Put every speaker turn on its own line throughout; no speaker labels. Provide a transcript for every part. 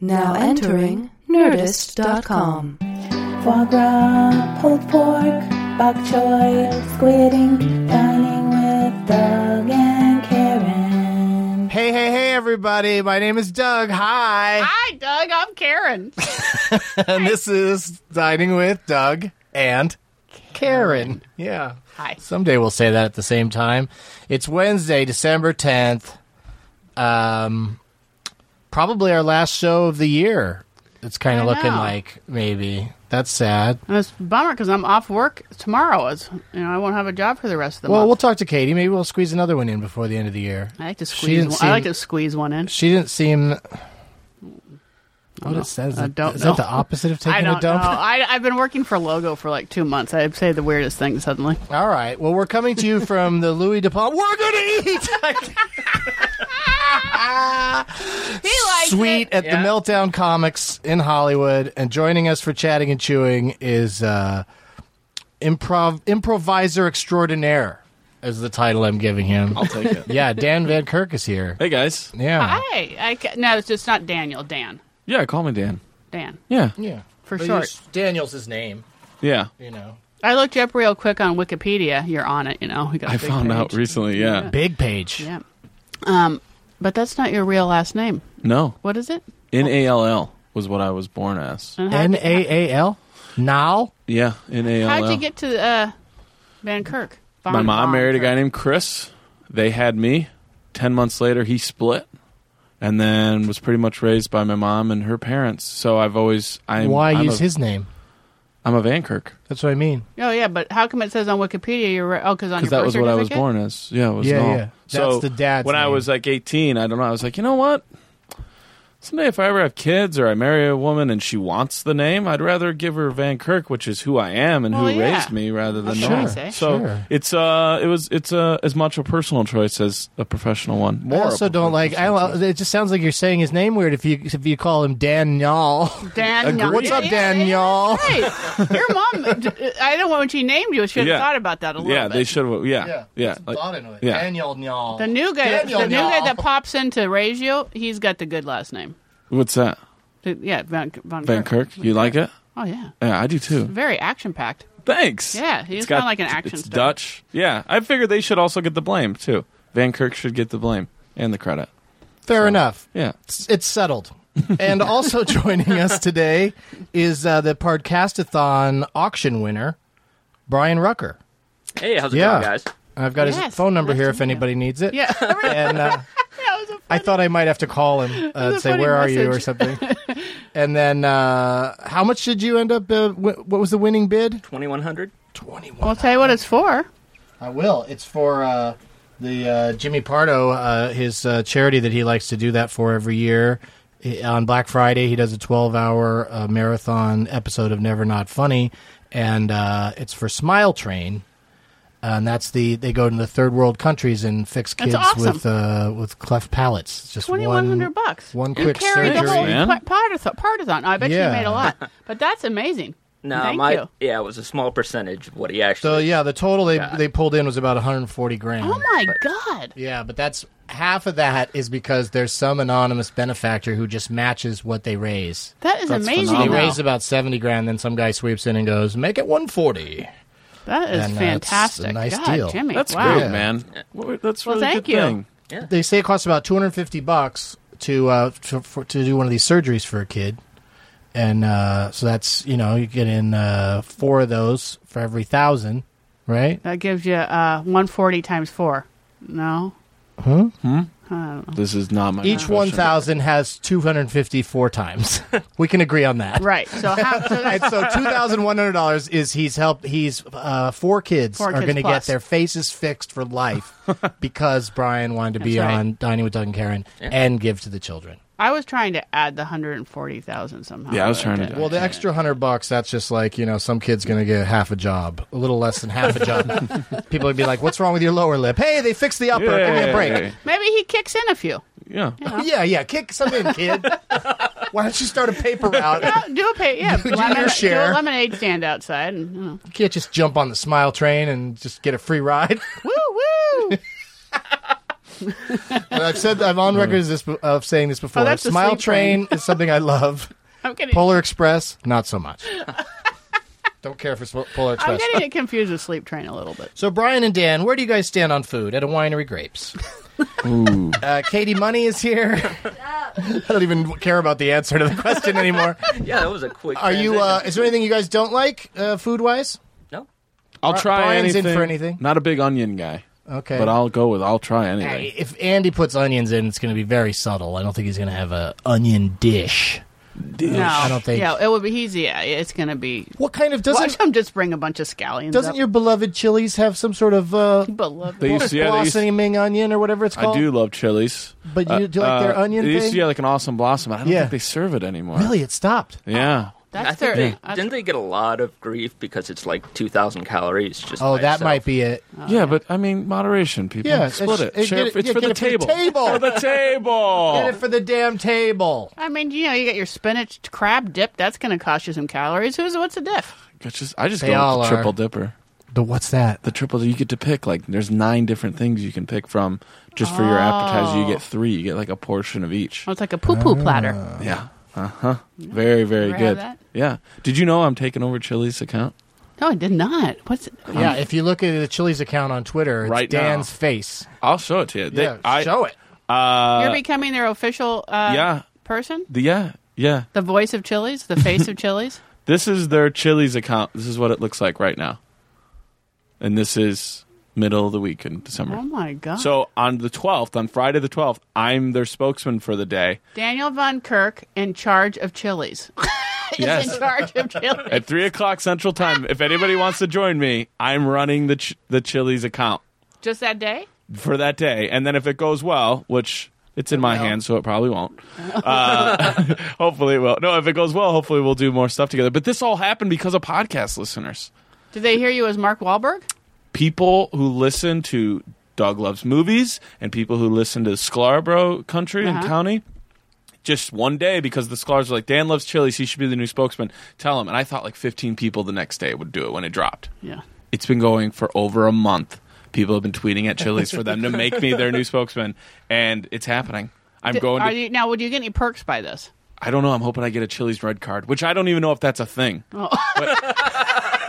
Now entering Nerdist.com.
Foie gras, pulled pork, bok choy, squid ink, dining with Doug and Karen.
Hey, hey, hey, everybody. My name is Doug. Hi.
Hi, Doug. I'm Karen.
And this is Dining with Doug and Karen. Yeah.
Hi.
Someday we'll say that at the same time. It's Wednesday, December 10th. Um, probably our last show of the year. It's kind
I
of looking
know.
like maybe. That's sad.
And it's a bummer because I'm off work tomorrow. It's, you know, I won't have a job for the rest of the
Well, we'll
month.
talk to Katie. Maybe we'll squeeze another one in before the end of the year.
I like to
She
squeeze.
didn't
One, I like
seem-
to squeeze one in.
She didn't seem. What it says?
Mm. I don't
is
know.
that the opposite of taking
I don't
a dump?
know. I, I've been working for Logo for like two months. I'd say the weirdest thing suddenly.
All right. Well, we're coming to you from the Louis DePaul. We're gonna eat.
He likes
Sweet at the Meltdown Comics in Hollywood, and joining us for chatting and chewing is uh, improv improviser extraordinaire, is the title I'm giving him.
I'll take it.
yeah, Dan Van Kirk is here.
Hey guys.
Yeah,
Hi. I ca- no, it's just not Daniel. Dan.
Yeah, call me Dan.
Dan.
Yeah.
yeah,
For
But
short.
he's- Daniel's his name.
Yeah.
You know,
I looked you up real quick on Wikipedia. You're on it, you know. We got a
I
big
found out
page.
recently, yeah.
Big Page.
Yeah. Um, but that's not your real last name.
No.
What is it?
N A L L was what I was born as.
And how'd
N
you-
A A L. Now,
Yeah, N A L L.
How'd you get to uh, Van Kirk? Von-
My mom
Von
married a
Kirk.
guy named Chris. They had me. 10 months later he split and then was pretty much raised by my mom and her parents. So I've always I'm
why
I'm
use
a,
his name?
I'm a Van Kirk
That's what I mean.
Oh yeah, but how come it says on Wikipedia you're right? Oh, because on
cuz
your
that
birth
was what I was
certificate?
born as. Yeah, it was
Yeah,
Noel.
yeah.
So
That's the dad's
When I
name.
was like 18, I don't know, I was like, "You know what? Someday, if I ever have kids or I marry a woman and she wants the name, I'd rather give her Van Kirk, which is who I am and
Well,
who
yeah.
raised me, rather than
That's
Noel.
what I say.
So
Sure.
it's uh, it was it's uh, as much a personal choice as a professional one. More
I
a
also don't like. I
professional
don't, it just sounds like you're saying his name weird if you if you call him Daniel.
Dan,
Agreed.
What's up, Daniel?
Hey, your mom. d- I don't know when she named you. She had
Yeah.
thought about that a
choice.
little
yeah,
bit.
they should have. Yeah, yeah, like- yeah.
Daniel Nyal.
The new guy,
Daniel
the new guy
Nyal.
that pops in to raise you, he's got the good last name.
What's that?
Th- Yeah, Van, Von
Van Kirk. You like it?
Oh yeah,
Yeah, I do too.
very action packed.
Thanks.
Yeah, he's
It's
kinda like an action
It's
star.
Dutch. Yeah, I figured they should also get the blame too. Van Kirk should get the blame and the credit.
Fair enough.
Yeah.
It's, it's settled. and also joining us today is uh, the Podcastathon auction winner, Brian Rucker.
Hey, how's it
Yeah.
going, guys?
I've got his
Yes,
phone number
nice
here
to
if
meet you.
anybody needs it.
Yeah,
And uh,
that was a
I thought I might have to call him uh, and
a
say,
funny
Where are you? or
message.
something. and then, uh, how much did you end up? Uh, w- what was the winning bid?
2100?
21.
I'll tell you what it's for.
I will. It's for uh, the uh, Jimmy Pardo, uh, his uh, charity that he likes to do that for every year. He- on Black Friday, he does a 12 hour uh, marathon episode of Never Not Funny, and uh, it's for Smile Train. And that's the they go to the third world countries and fix
That's
kids
awesome.
with uh, with cleft palates. It's just
Twenty one hundred bucks.
One
you
quick
carry
surgery.
the whole
Man.
pa- partathon. partathon. I bet
Yeah.
you made a lot, but that's amazing.
No,
Thank
my
you.
yeah, it was a small percentage of what he
So
actually.
yeah, the total they they pulled in was about 140 grand.
Oh my god!
Yeah, but that's half of that is because there's some anonymous benefactor who just matches what they raise.
That is
That's
amazing.
They
phenomenal.
though.
raise about seventy grand, then some guy sweeps in and goes, "Make it one forty.
That is
and, uh, it's a
fantastic.
nice
God,
deal.
Jimmy.
That's
wow.
great,
Yeah.
man. Well, That's
Well,
really
thank
good
you.
thing.
They say it costs about two hundred fifty bucks to uh, to, for, to do one of these surgeries for a kid, and uh, so that's you know you get in uh, four of those for every thousand, right?
That gives you uh, 140 times four. No?
This is not my
Each
profession.
one thousand has two hundred fifty four times. we can agree on that.
Right. So, how, so that's
and so two thousand one hundred dollars is he's helped. He's uh, four kids
Four
are
kids
going to get
plus.
their faces fixed for life because Brian wanted to be
That's right.
on Dining with Doug and Karen and give to the children.
I was trying to add the 140,000 somehow.
Yeah, I was
but
trying to
didn't.
do
Well, the extra hundred bucks that's just like you know some kid's going to get half a job, a little less than half a job. People would be like, "What's wrong with your lower lip?" Hey, they fixed the upper. Give me a break.
Maybe he kicks in a few.
Yeah.
Yeah, yeah, kick some in, kid. Why don't you start a paper route?
Oh, do a pay, yeah.
your
lemon-
share.
Do a lemonade stand outside. And, you know.
You can't just jump on the smile train and just get a free ride.
Woo, woo!
And I've said I'm on record as this, of saying this before.
Oh, that's the
Smile
sleep
train is something I love.
I'm getting,
Polar Express, not so much. Don't care for Spo- Polar
I'm
Express.
getting it confused with Sleep Train a little bit.
So Brian and Dan, where do you guys stand on food at a winery? Grapes.
Ooh.
Uh, Katie Money is here. I don't even care about the answer to the question anymore.
Yeah, that was a quick.
Are you? Uh,
transition.
is there anything you guys don't like uh, food wise?
no?
I'll
Bri-
try
Brian's in
anything.
for anything.
Not a big onion guy,
Okay,
but I'll go with I'll try anything.
Hey, if Andy puts onions in, it's going to be very subtle. I don't think he's going to have a onion dish.
No,
I don't think-
Yeah, it would be easy. Yeah, it's gonna be.
What kind of
Watch
doesn't
them just bring a bunch of scallions.
doesn't
up.
your beloved chilies have some sort of uh,
beloved?
They used to, yeah, they used to-
blossoming onion or whatever it's
I
called?
do love chilies. Uh,
But you do you like their onion
They used to
thing?
get like an awesome blossom. I don't
Yeah.
think they serve it anymore.
Really, it stopped.
Yeah.
I
That's
think
their.
they, didn't they get a lot of grief because it's like two thousand calories? Just
Oh,
by
that
itself?
might be it.
yeah, but I mean moderation, people.
Uh, Yeah,
split it.
it's- it-
Share-
get it-
it's
yeah,
for
get
the
it for
table.
the table.
for the
Get
table.
it for the damn table.
I mean, you know, you get your spinach crab dip. That's going to cost you some calories. Who's what's a diff?
It's just, I just
They
go
all
with
are.
the triple dipper.
But what's that?
The triple you get to pick like there's nine different things you can pick from just for your appetizer.
Oh.
You get three. You get like a portion of each.
Oh, it's like a poo poo platter.
Yeah. Uh huh. Very very
ever have
good.
that?
Yeah. Did you know I'm taking over Chili's account?
No, I did not. What's
Yeah,
um,
if you look at the Chili's account on Twitter, it's
Right now.
Dan's face.
I'll show it to you. They-
yeah,
I,
show it.
you're becoming their official? Uh,
Uh, Yeah.
person.
The, yeah. Yeah.
The voice of Chili's, the face of Chili's.
This is their Chili's account. This is what it looks like right now. And this is middle of the week in December.
Oh my God!
So on the 12th, on Friday the 12th, I'm their spokesman for the day
Daniel Von Kirk in charge of Chili's. Is
Yes.
in charge of Chili's.
at 3 o'clock Central Time. If anybody wants to join me, I'm running the, ch- the Chili's account
Just that day.
for that day. And then if it goes well, which it's in my hands, so it probably won't. Uh, hopefully it will. No, if it goes well, hopefully we'll do more stuff together. But this all happened because of podcast listeners.
Did they hear you as Mark Wahlberg?
people who listen to Dog Loves Movies and people who listen to Scarborough Country and
Uh-huh.
County. Just one day, because the Sklars were like, Dan loves chilies. He should be the new spokesman. Tell him. And I thought like 15 people the next day would do it when it dropped.
Yeah.
It's been going for over a month. People have been tweeting at Chili's for them to make me their new spokesman, and it's happening. I'm
D-
going.
Are
To,
you, now, would you get any perks by this?
I don't know. I'm hoping I get a Chili's red card, which I don't even know if that's a thing.
Oh.
But-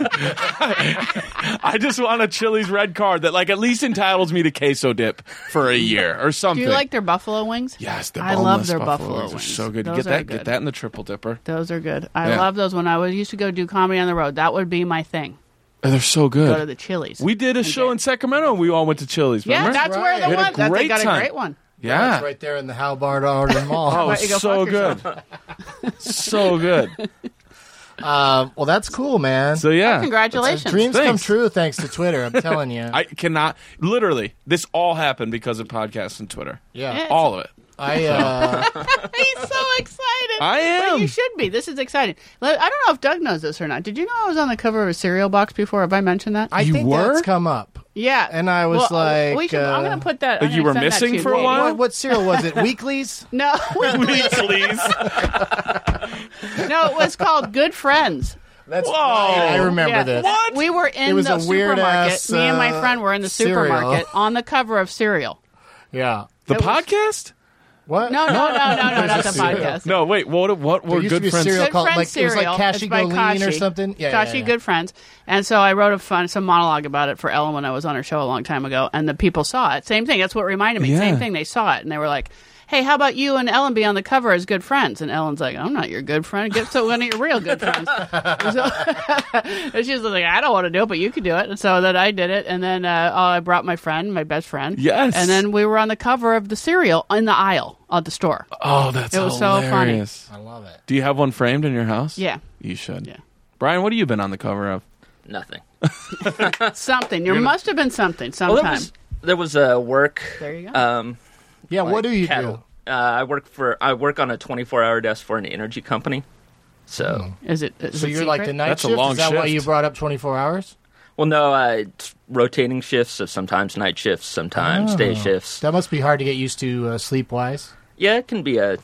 I just want a Chili's red card that, like, at least entitles me to queso dip for a year or
Do
something.
you like their buffalo wings?
Yes, the
I love
boneless
their buffalo,
wings.
wings.
They're so good. You
Those
get
are
that.
good.
Get that in the triple dipper.
Those are good. I
Yeah.
love those. When I was used to go do comedy on the road, that would be my thing.
Oh, they're so good.
Go to the Chili's.
we did a show in Sacramento. and We all went to Chili's.
yeah,
remember?
that's
right.
where
We
the
had a
one. That's, they
great
got
time.
a great one.
yeah.
It's right there in the Halbard Arden Mall.
Oh,
Right, you go
so
fuck
good. so good.
Um, well, that's cool, man.
Oh. So
Oh,
yeah.
Congratulations.
Dreams come
Thanks.
true thanks to Twitter. I'm telling you.
I cannot. Literally, this all happened because of podcasts and Twitter.
yeah,
Yeah.
All of it.
I uh,
He's so excited.
I
But
am.
you should be. This is exciting. Let- I don't know if Doug knows this or not. Did you know I was on the cover of a cereal box before? Have I mentioned that?
I
You
think
were?
that's come up.
yeah.
and I was
Well, we
like,
should- I'm
uh,
going to put that.
Like
I'm
you were
gonna send that
missing
to you.
for a while?
What, what cereal was it? Weeklies?
No,
please.
no, it was called Good Friends.
That's
Whoa.
I remember
Yeah.
this.
What?
We were in
It was
the
a weird
supermarket.
ass,
Me and my
uh,
friend were in the
cereal.
supermarket on the cover of cereal.
Yeah.
The
It was-
podcast?
What?
No, no, no, no, no, not the podcast.
No, wait. What? What
There
were
used to
good
be a
friends?
cereal
Good
called,
Friends
like- it was like
cereal.
Kashi
It's by
Go Lean or
Kashi.
something? Yeah, yeah,
Kashi
yeah.
Good Friends. And so I wrote a fun, some monologue about it for Ellen when I was on her show a long time ago, and the people saw it. Same thing. That's what reminded me.
Yeah.
Same thing. They saw it and they were like. Hey, how about you and Ellen be on the cover as good friends? And Ellen's like, I'm not your good friend. Get so one of your real good friends. So, and she was like, I don't want to do it, but you can do it. And so then I did it. And then uh, I brought my friend, my best friend.
Yes.
And then we were on the cover of the cereal in the aisle at the store.
Uh,
Oh, that's
It was so funny.
hilarious.
I love it.
Do you have one framed in your house?
Yeah.
You should.
Yeah.
Brian, what have you been on the cover of?
Nothing.
Something. There must have been something sometime.
Well, there was there was uh, work.
There you go.
Uh,
Um,
Yeah, what do you
cat-
do?
Uh, I work for I work on a 24 hour desk for an energy company. So
Hmm.
Is it? Is
So
it
you're like the
secret?
night
That's a
shift?
long
Is that why
shift.
you brought up 24 hours?
well, no, uh, it's rotating shifts. So sometimes night shifts, sometimes
Oh,
day shifts.
That must be hard to get used to uh, sleep-wise.
Yeah, it can be a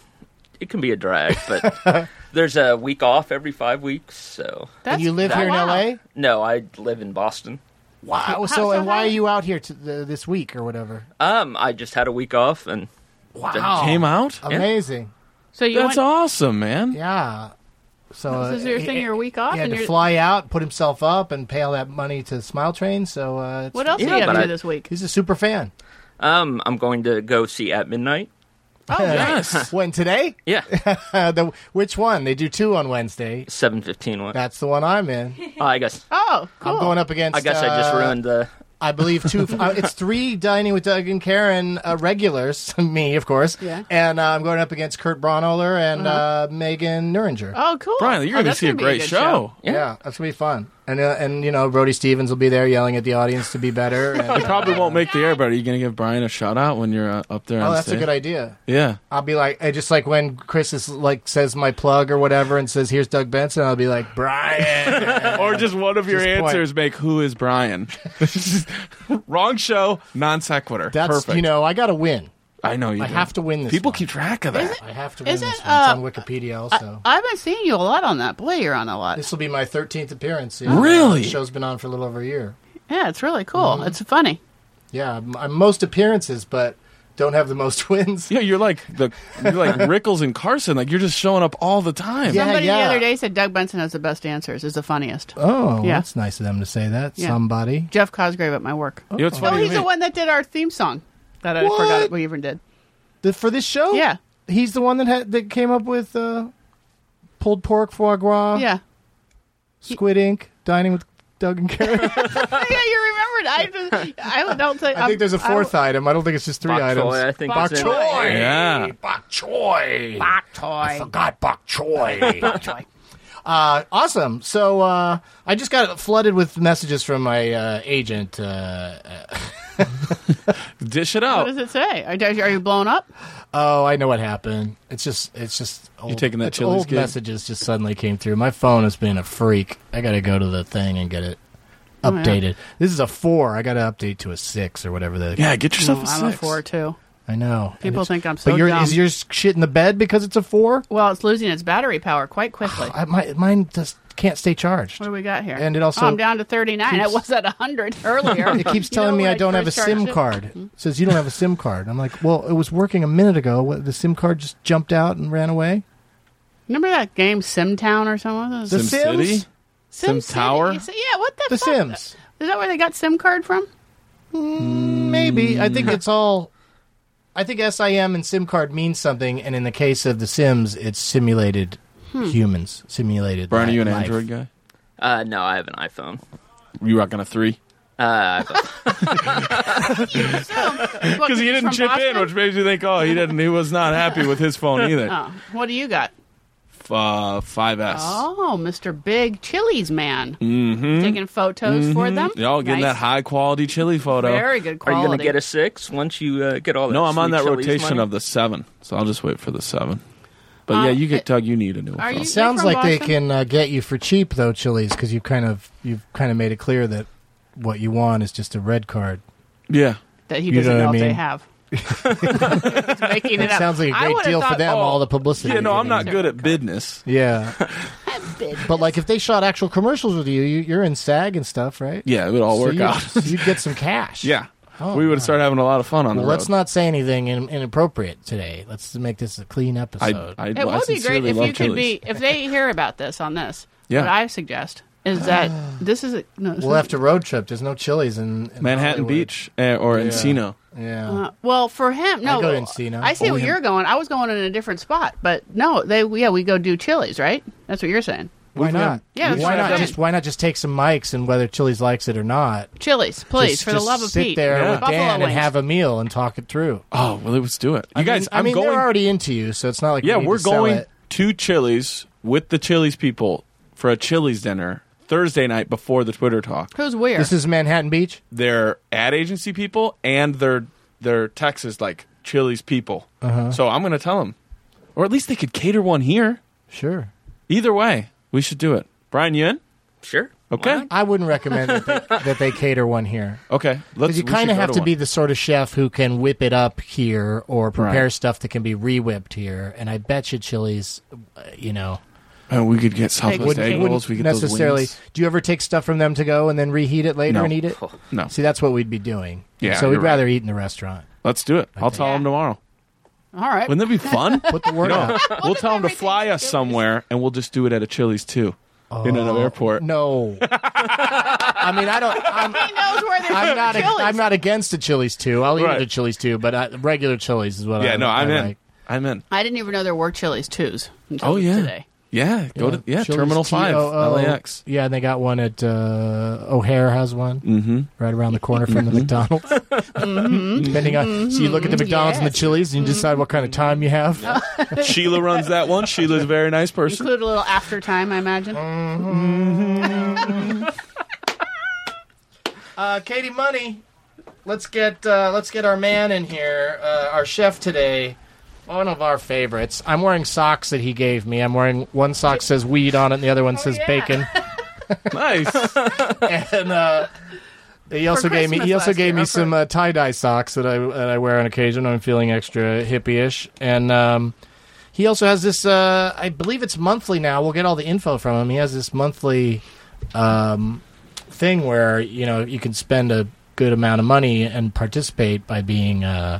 it can be a drag, but there's a week off every five weeks. So
That's-
and you live
oh,
here in
wow.
L.A.?
no, I live in Boston.
Wow. So, and why are you out here to, th this week or whatever?
Um, I just had a week off, and
It
Wow.
Came out.
Amazing.
So you
That's
went,
awesome, man.
Yeah. So
This is your
uh,
thing,
he-
your week off,
He had
and
to
you're-
fly out, put himself up, and pay all that money to Smile Train. So uh, it's-
What else
Yeah,
do you have
but
to do
I-
this week?
He's a super fan.
um, I'm going to go see At Midnight.
Oh, yeah.
Yes.
When today?
Yeah,
Uh, the, which one? They do two on Wednesday.
seven fifteen one.
That's the one I'm in.
Oh, I guess.
oh, cool.
I'm going up against.
I guess I just
uh,
ruined the.
I believe two. uh, it's three dining with Doug and Karen uh, regulars. me, of course.
Yeah.
And uh, I'm going up against Kurt Braunohler and uh Megan Nuringer.
Oh, cool.
Brian, you're
Oh,
going to
that's
see a
be
great
good
show.
Yeah. that's gonna be fun. And uh, and you know, Brody Stevens will be there yelling at the audience to be better. And, oh,
It probably won't make the air, but are you going to give Brian a shout out when you're uh, up there?
Oh,
on
that's a
stage?
good idea.
Yeah.
I'll be like, I just like when Chris is like says my plug or whatever, and says here's Doug Benson. I'll be like Brian.
Or just one of your
Just point.
answers make who is Brian? Wrong show, non sequitur.
That's
Perfect.
you know, I gotta win.
I know you.
I
do.
have to win this.
People
one.
keep track of that.
I have to win
Isn't,
this one. It's
uh,
on Wikipedia also.
I've been seeing you a lot on that play. You're on a lot.
this will be my 13th appearance. yeah.
Really?
The show's been on for a little over a year.
Yeah, it's really cool.
Mm-hmm.
It's funny.
Yeah, I'm, I'm most appearances, but don't have the most wins.
Yeah, you're like the you're like Rickles and Carson. Like you're just showing up all the time.
Yeah,
Somebody
yeah.
the other day said Doug Benson has the best answers, is the funniest.
Oh,
Yeah.
that's nice of them to say that.
Yeah.
Somebody.
Jeff Cosgrave at my work.
You know what's
Oh,
funny to
he's
me?
the one that did our theme song that I
What? Oh.
forgot we even did.
The, for this show?
Yeah.
He's the one that had, that came up with uh, pulled pork, foie gras,
Yeah.
squid ink, dining with Doug and Karen.
Oh, yeah, you remembered. I, just, I don't think.
I think there's a
I'm-
fourth item. I don't think it's just three
Bok
items.
choy, I think
Bok
it's in-
choy.
Yeah.
Bok choy.
I- Bok toy.
Forgot bok choy.
Toy.
Uh, awesome. So uh, I just got flooded with messages from my uh, agent. Uh,
Dish it
What
out.
does it say? Are, are you blown up?
oh, I know what happened. It's just, it's just. Old,
taking that
it's
Chili's
Old
gig?
messages just suddenly came through. My phone has been a freak. I got to go to the thing and get it
Oh, yeah.
updated. This is a four. I got to update to a six or whatever. The
Yeah, get yourself a
I'm a
six.
four too.
I know. And
People
it's-
think I'm so
But your-
dumb.
is your shit in the bed because it's a four?
Well, it's losing its battery power quite quickly.
I, my, mine just can't stay charged.
What do we got here?
And it also
Oh, I'm down to 39.
keeps-
it was at 100 earlier.
It keeps
You
telling
know
me
when
I don't have a
first
SIM
charged it? Mm-hmm.
card. It says you don't have a SIM card. I'm like, well, it was working a minute ago. What, the SIM card just jumped out and ran away.
Remember that game SimTown or something?
The
Sim
Sims?
City? Sim
City?
Tower?
You say- Yeah, what the
The
fuck?
Sims,
Is that where they got SIM card from?
maybe. I think it's all. I think SIM and SIM card means something, and in the case of the Sims, it's simulated humans, simulated.
Brian, are you an
life.
Android guy?
Uh, no, I have an iPhone.
You rocking a three?
Uh, I-
Because he didn't chip in, which makes you think, oh, he didn't. He was not happy with his phone either.
Oh, what do you got?
F- Uh, 5S.
Oh, Mr. Big Chili's man. Taking photos for them.
Mm-hmm. Y'all getting
Nice.
that high quality chili photo.
Very good
are
quality.
you going to get a six once you uh, get all that?
no, I'm on
sweet
that
Chili's
rotation
money?
of the seven, so I'll just wait for the seven. But yeah, you get Doug. You need a new
Um, Are
phone.
you-
Sounds
You're
like
from
they
Boston?
can uh, get you for cheap though, Chili's, because you've kind of you've kind of made it clear that what you want is just a red card.
yeah.
that he
You know
doesn't
what
know,
I
if they
mean?
have. He's making it, up.
Sounds like a
I
great
would've
deal for
thought-
them.
oh,
all the publicity.
Yeah, no,
they're
I'm
getting.
not good at business.
Yeah. But like if they shot actual commercials with you, you you're in SAG and stuff, right?
Yeah, it would all
So
work
you,
out.
so you'd get some cash.
yeah.
Oh,
we would start having a lot of fun on
Well,
the
let's
road.
not say anything in, inappropriate today. Let's make this a clean episode.
I, I,
It
I
would be great
sincerely
if
love
you could
Chili's.
be if they hear about this on this.
Yeah.
What I suggest is that this is a, no,
we'll have to road trip. There's no Chili's in, in
Manhattan
Hollywood.
Beach eh, or
Yeah.
Encino.
Yeah.
Uh, well, for him, no.
I go to Encino.
I see
Oh,
where
yeah.
you're going. I was going in a different spot, but no, they yeah, we go do Chili's, right? That's what you're saying.
why not?
Yeah, that's
why
what I'm
not
saying.
just why not just take some mics and whether Chili's likes it or not.
Chili's, please,
just,
for
just
the love of
sit
Pete.
there
Yeah.
with
Buffalo
Dan
wings.
and have a meal and talk it through.
Oh, well, let's do it. You
I mean-
guys,
I mean,
am going.
they're already into you, so it's not like
yeah,
we need
we're
to sell
going
it.
to Chili's with the Chili's people for a Chili's dinner Thursday night before the Twitter talk.
Who's where?
This is Manhattan Beach.
They're ad agency people and they're they're Texas like Chili's people.
Uh-huh.
So I'm going to tell them, or at least they could cater one here.
Sure.
Either way, we should do it. Brian, you in?
Sure. why
Okay,
not?
I wouldn't recommend that they, that they cater one here.
okay. Let's.
Because you
we should
kind of
go
have to,
one.
be the sort of chef who can whip it up here or prepare
Right.
stuff that can be re whipped here. And I bet you Chili's, uh, you know,
And we could get Southwest
wouldn't-
egg
wouldn't
rolls. We could
necessarily. Do you ever take stuff from them to go and then reheat it later
No.
and eat it?
No,
See, that's what we'd be doing.
Yeah,
So we'd
you're right.
rather eat in the restaurant.
let's do it. I'll tell them tomorrow.
All right.
Wouldn't that be fun?
Put the word out.
we'll tell them to
everything
fly us somewhere, and we'll just do it at a Chili's too, in an airport.
Oh, No. I mean, I don't. I'm,
He knows where there's
I'm not.
Chili's.
I'm not against the chilies too. I'll eat
Right.
the chilies too, but I, regular chilies is what.
Yeah,
I,
no,
I
I'm in.
Like.
I'm in.
I didn't even know there were Chili's twos. Until
Oh yeah,
Today.
yeah. Go to yeah
Chili's
Terminal Five,
TOO.
LAX.
Yeah, and they got one at uh, O'Hare has one
Mm-hmm.
right around the corner from the McDonald's. Mm-hmm. Depending on, so you look at the McDonald's and the
yes.
Chili's, and you decide what kind of time you have.
Sheila runs that one. Sheila's a very nice person.
Include a little after time, I imagine.
Uh, Katie Money, let's get uh, let's get our man in here, uh, our chef today. One of our favorites. I'm wearing socks that he gave me. I'm wearing one sock says weed on it, and the other one says
yeah.
bacon.
Nice.
and uh, he also gave me he
Christmas
also
last
gave
year,
me
or
some
for-
uh, tie dye socks that I that I wear on occasion. when I'm feeling extra hippie-ish, and um, he also has this. Uh, I believe it's monthly now. We'll get all the info from him. He has this monthly um, thing where you know you can spend a good amount of money and participate by being. Uh,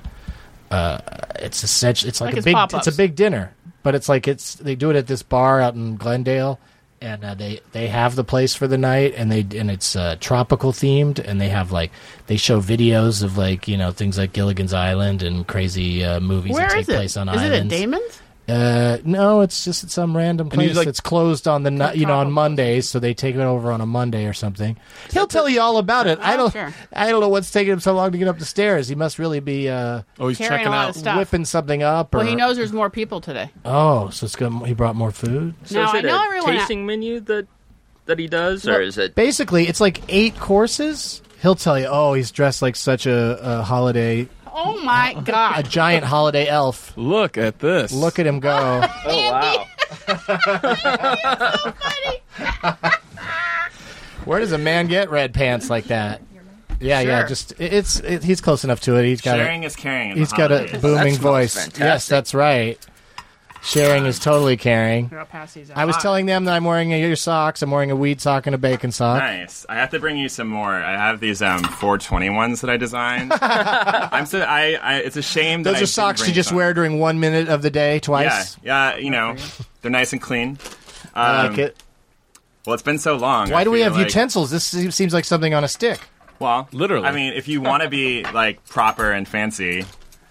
uh, it's essentially it's like,
Like
a
his
big
pop-ups.
it's a big dinner, but it's like it's they do it at this bar out in Glendale, and uh, they they have the place for the night, and they and it's uh, tropical themed, and they have like they show videos of like you know things like Gilligan's Island and crazy uh, movies that
Where
take
is it?
place
Is
on
it at
islands.
Damon's?
Uh, no, it's just at some random
And you
place
like-
that's closed on the ni- you know on
Tropical.
Mondays, so they take it over on a Monday or something. He'll tell you all about it. I
Oh,
don't
sure.
I don't know what's taking him so long to get up the stairs. He must really be uh,
Oh, he's
Carrying
checking
a lot
out.
of stuff.
whipping something up. Or
Well, he knows there's more people today.
Oh, so it's good. He brought more food.
So
Now,
is
I
it
know
a
everyone-
tasting menu that that he does, or is it?
Basically, it's like eight courses. He'll tell you, oh, he's dressed like such a, a holiday,
Oh my
a
God!
giant holiday elf.
Look at this.
Look at him go.
Oh wow!
Where does a man get red pants like that? Yeah, yeah.
Sure.
Just it- it's it, he's close enough to it. He's got a,
Sharing is caring. in the
he's got a
holidays.
booming
smells
voice.
fantastic.
Yes, that's right. Sharing is totally caring.
I'll pass these out.
I
Uh,
was telling them that I'm wearing your socks. I'm wearing a weed sock and a bacon sock.
Nice. I have to bring you some more. I have these um 420 ones that I designed. I'm so I, I it's a shame that I
Those are
didn't
socks
bring
you just
some.
wear during one minute of the day
Yeah,
twice.
yeah. You know, they're nice and clean. Um,
I like it.
Well, it's been so long.
Why
I
do we
feel
have
like-
utensils? This se- seems like something on a stick.
Well,
Literally.
I mean, if you want to be like proper and fancy,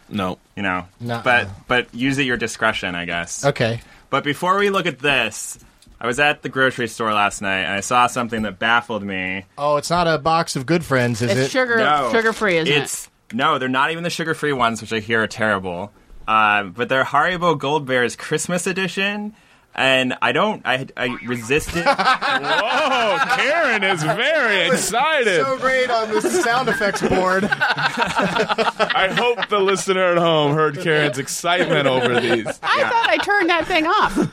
No.
you know,
No.
but but use at your discretion, I guess.
Okay.
But before we look at this, I was at the grocery store last night and I saw something that baffled me.
Oh, it's not a box of good friends, is
it's
it?
sugar,
No,
sugar free, isn't
it's, No, they're not even the sugar-free ones, which I hear are terrible. Uh, but they're Haribo Gold Bears Christmas edition, and I don't. I I resisted.
Oh, Karen is very excited.
great on the sound effects board.
I hope the listener at home heard Karen's excitement over these.
it? I thought I turned that thing off.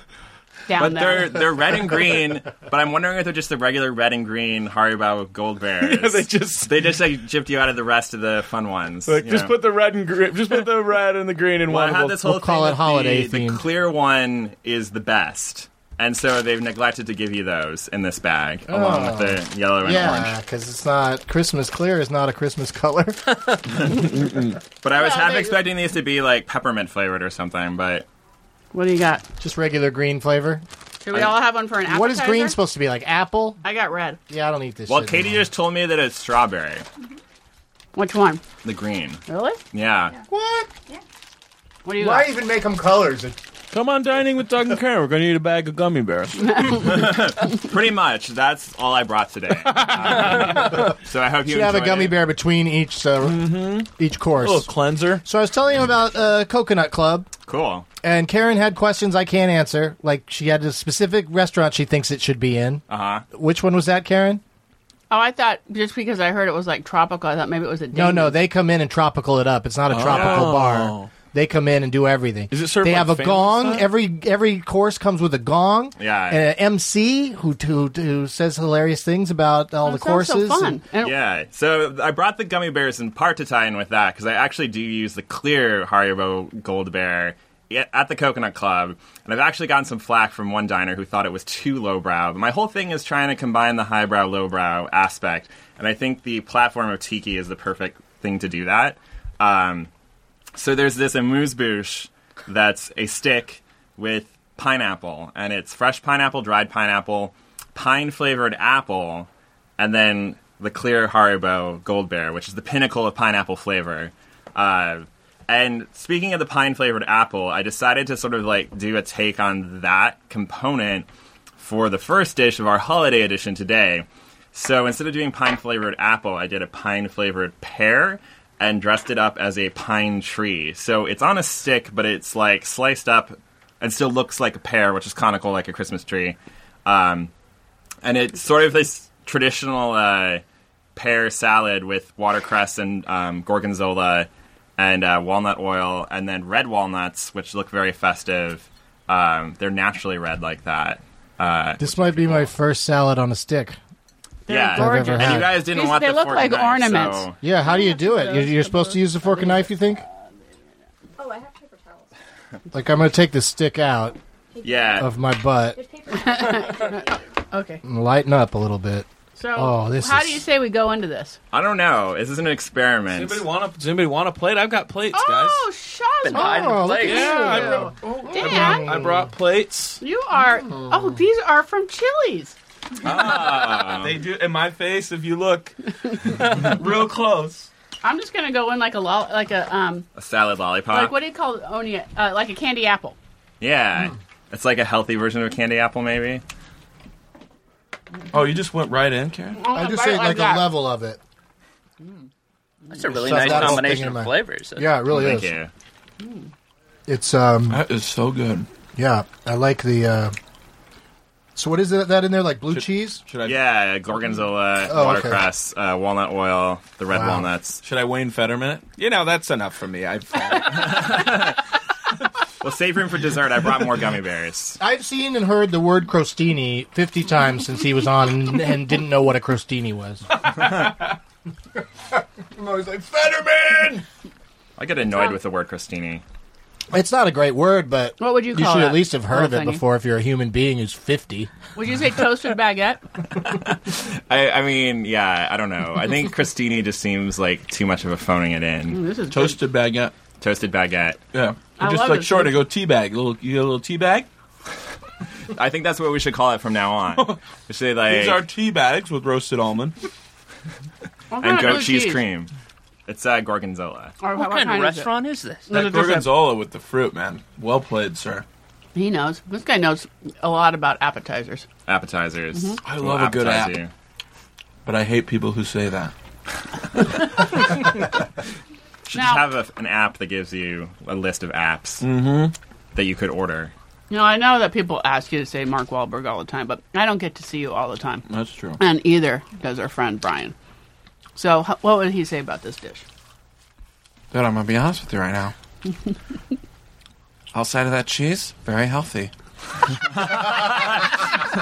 Down
But
there.
they're they're red and green. But I'm wondering if they're just the regular red and green Haribo Gold Bears.
they just
they just like gypped you out of the rest of the fun ones.
like
you
just
know?
put the red and green, just put the red and the green in
Well,
one.
I had
bowl.
this whole
We'll call
thing
it
that
holiday
the,
themed.
the clear one is the best, and so they've neglected to give you those in this bag along
Oh.
with the yellow and
yeah,
orange.
because it's not Christmas clear is not a Christmas color.
But I was half
they-
expecting these to be like peppermint flavored or something. But
what do you got?
Just regular green flavor.
Should we all have one for an appetizer?
What is green supposed to be like? Apple?
I got red.
Yeah, I don't eat this.
well,
shit
Katie
anymore.
just told me that it's strawberry,
Which one?
the green.
Really?
Yeah,
what?
What do you
Why
got?
even make them colors?
Come on, dining with Doug and Karen. We're going to need a bag of gummy bears.
pretty much. That's all I brought today. Um, so I hope you
You have a
enjoyed
gummy
it.
bear between each uh, each
a little
course.
cleanser.
So I was telling him about uh, Coconut Club.
Cool.
And Karen had questions I can't answer. Like she had a specific restaurant she thinks it should be in.
Uh huh.
Which one was that, Karen?
Oh, I thought just because I heard it was like tropical, I thought maybe it was a.
No, no,
Damon's.
they come in and tropical it up. It's not a tropical
Oh.
bar. They come in and do everything.
Is it served
they
like
have a
family
gong.
style?
Every every course comes with a gong.
Yeah.
And an MC who who, who says hilarious things about all
Oh,
the
it sounds
courses.
so fun.
and-
And-
Yeah, so I brought the gummy bears in part to tie in with that because I actually do use the clear Haribo Gold Bear at the Coconut Club, and I've actually gotten some flack from one diner who thought it was too lowbrow. But my whole thing is trying to combine the highbrow lowbrow aspect, and I think the platform of Tiki is the perfect thing to do that. Um, so there's this amuse bouche that's a stick with pineapple, and it's fresh pineapple, dried pineapple, pine flavored apple, and then the clear Haribo Gold Bear, which is the pinnacle of pineapple flavor. Uh, and speaking of the pine flavored apple, I decided to sort of like do a take on that component for the first dish of our holiday edition today. So instead of doing pine flavored apple, I did a pine flavored pear and dressed it up as a pine tree. So it's on a stick, but it's like sliced up and still looks like a pear, which is conical like a Christmas tree. Um, and it's sort of this traditional uh, pear salad with watercress and um, gorgonzola and uh, walnut oil, and then red walnuts, which look very festive. Um, they're naturally red like that. Uh,
This might be my first salad on a stick.
They're
yeah,
gorgeous.
I've ever
and
had.
you guys didn't
These-
want
they
the
look
fork
like
and knife,
ornaments.
so-
Yeah, how do you do it? You're, you're supposed to use the fork and knife, you think?
Oh, I have paper towels.
Like, I'm going to take the stick out
yeah,
of my butt
There's paper towels.
Okay.
and lighten up a little bit.
So,
Oh, this
how
is-
do you say we go into this?
I don't know. This is an experiment.
Does anybody want a, does anybody want a plate? I've got plates, guys.
Oh, shut up.
Combined
Oh, look
plates.
at
yeah, I
you.
brought,
Dan,
I brought plates.
you are. Oh, these are from Chili's.
They do in my face if you look real close.
I'm just gonna go in like a lo- like a um
A salad lollipop.
like what do you call it? Oni- uh, like a candy apple.
Yeah. It's like a healthy version of a candy apple, maybe.
Oh, you just went right in, Karen.
I'm
I
gonna
just
bite
say,
it
like,
that.
a level of it.
That's a really
Shove
nice
that whole thing
combination
in
of
my-
flavors.
Yeah, it really
Thank
is.
you.
It's, um,
That is so good.
yeah, I like the, uh, so what is that, that in there? Like blue cheese?
Should I?
Yeah, gorgonzola,
Oh, okay.
watercress, uh, walnut oil, the red
Wow.
walnuts.
Should I Wayne Fetterman it? You know, that's enough for me. I've
Well, save room for dessert. I brought more gummy bears.
I've seen and heard the word crostini 50 times since he was on and, and didn't know what a crostini was. I'm always like, Fetterman!
I get annoyed with the word crostini.
It's not a great word, but
What would you
you
call
should
that
at least have heard of it
little thingy?
before if you're a human being who's 50.
Would you say toasted baguette?
I, I mean, yeah, I don't know. I think crostini just seems like too much of a phoning it in.
This is good.
toasted baguette.
Toasted baguette.
Yeah,
I
just
love
like
it.
short. I go tea bag. Little, you get a little tea bag.
I think that's what we should call it from now on. We should like
These are tea bags with roasted almond.
What kind
and
of
goat
blue
cheese cream. It's uh, gorgonzola.
Or
What kind of restaurant is this?
Those
That
are different-
gorgonzola with the fruit, man. Well played, sir.
He knows. This guy knows a lot about appetizers.
Appetizers.
Mm-hmm. I love a good
appetizer.
app. But I hate people who say that.
Should
Now-
just have a, an app that gives you a list of apps
Mm-hmm.
that you could order.
No, I know that people ask you to say Mark Wahlberg all the time, but I don't get to see you all the time,
That's true.
and either does our friend Brian. So, h- what would he say about this dish?
Dude, I'm gonna be honest with you right now. Outside of that cheese, very healthy.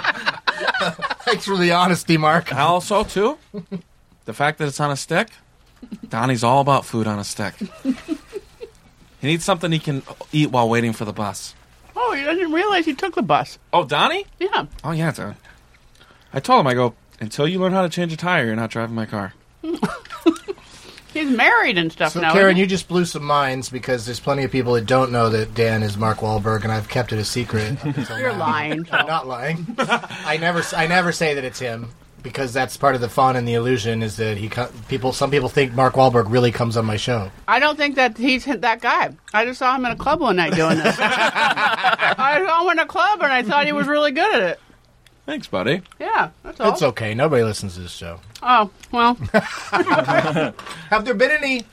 Thanks for the honesty, Mark.
And also too, the fact that it's on a stick. Donnie's all about food on a stick. he needs something he can eat while waiting for the bus.
Oh, I didn't realize you took the bus.
Oh, Donnie?
Yeah.
Oh yeah, dude. I told him I go until you learn how to change a tire, you're not driving my car.
He's married and stuff
So,
now.
Karen,
isn't he?
you just blew some minds because there's plenty of people that don't know that Dan is Mark Wahlberg, and I've kept it a secret. up until
You're
now.
lying.
I'm not lying. I never, I never say that it's him because that's part of the fun and the illusion is that he co- people. Some people think Mark Wahlberg really comes on my show.
I don't think that he's that guy. I just saw him in a club one night doing this. I saw him in a club and I thought he was really good at it.
Thanks, buddy.
Yeah, that's all.
It's okay. Nobody listens to this show.
oh well,
Have there been any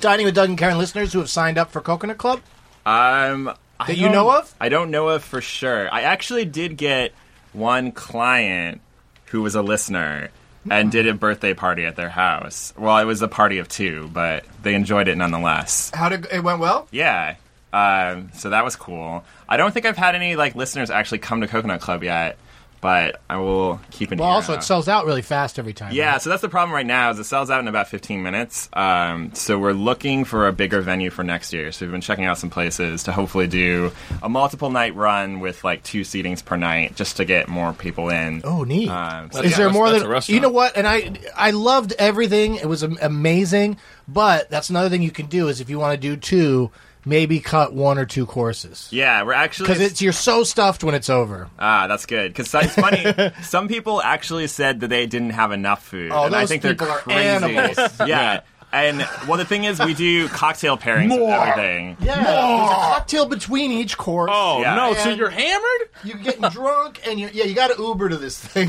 dining with Doug and Karen listeners who have signed up for Coconut Club
Um,
that you know of?
I don't know of for sure. I actually did get one client who was a listener and did a birthday party at their house. Well, it was a party of two, but they enjoyed it nonetheless.
How did it went well?
Yeah. Um, so that was cool. I don't think I've had any like listeners actually come to Coconut Club yet, but I will keep an
Well,
ear
also
out.
it sells out really fast every time.
Yeah, so that's the problem right now is it sells out in about 15 minutes. Um, so we're looking for a bigger venue for next year. So we've been checking out some places to hopefully do a multiple night run with like two seatings per night just to get more people in.
Oh, neat.
Um, so
Is
yeah,
there
that's-
more
that's
than
a restaurant.
you know? What and I, I loved everything. It was am- amazing. But that's another thing you can do is if you want to do two, maybe cut one or two courses
yeah, we're actually
because it's you're so stuffed when it's over.
ah, that's good because it's funny. some people actually said that they didn't have enough food,
Oh,
and I
those
think
people
they're
are
crazy.
animals.
yeah, and well, the thing is, we do cocktail pairings with everything.
Yeah, there's a cocktail between each course.
Oh
Yeah.
no! So
And-
you're hammered?
you're getting drunk and you're yeah. You got to Uber to this thing.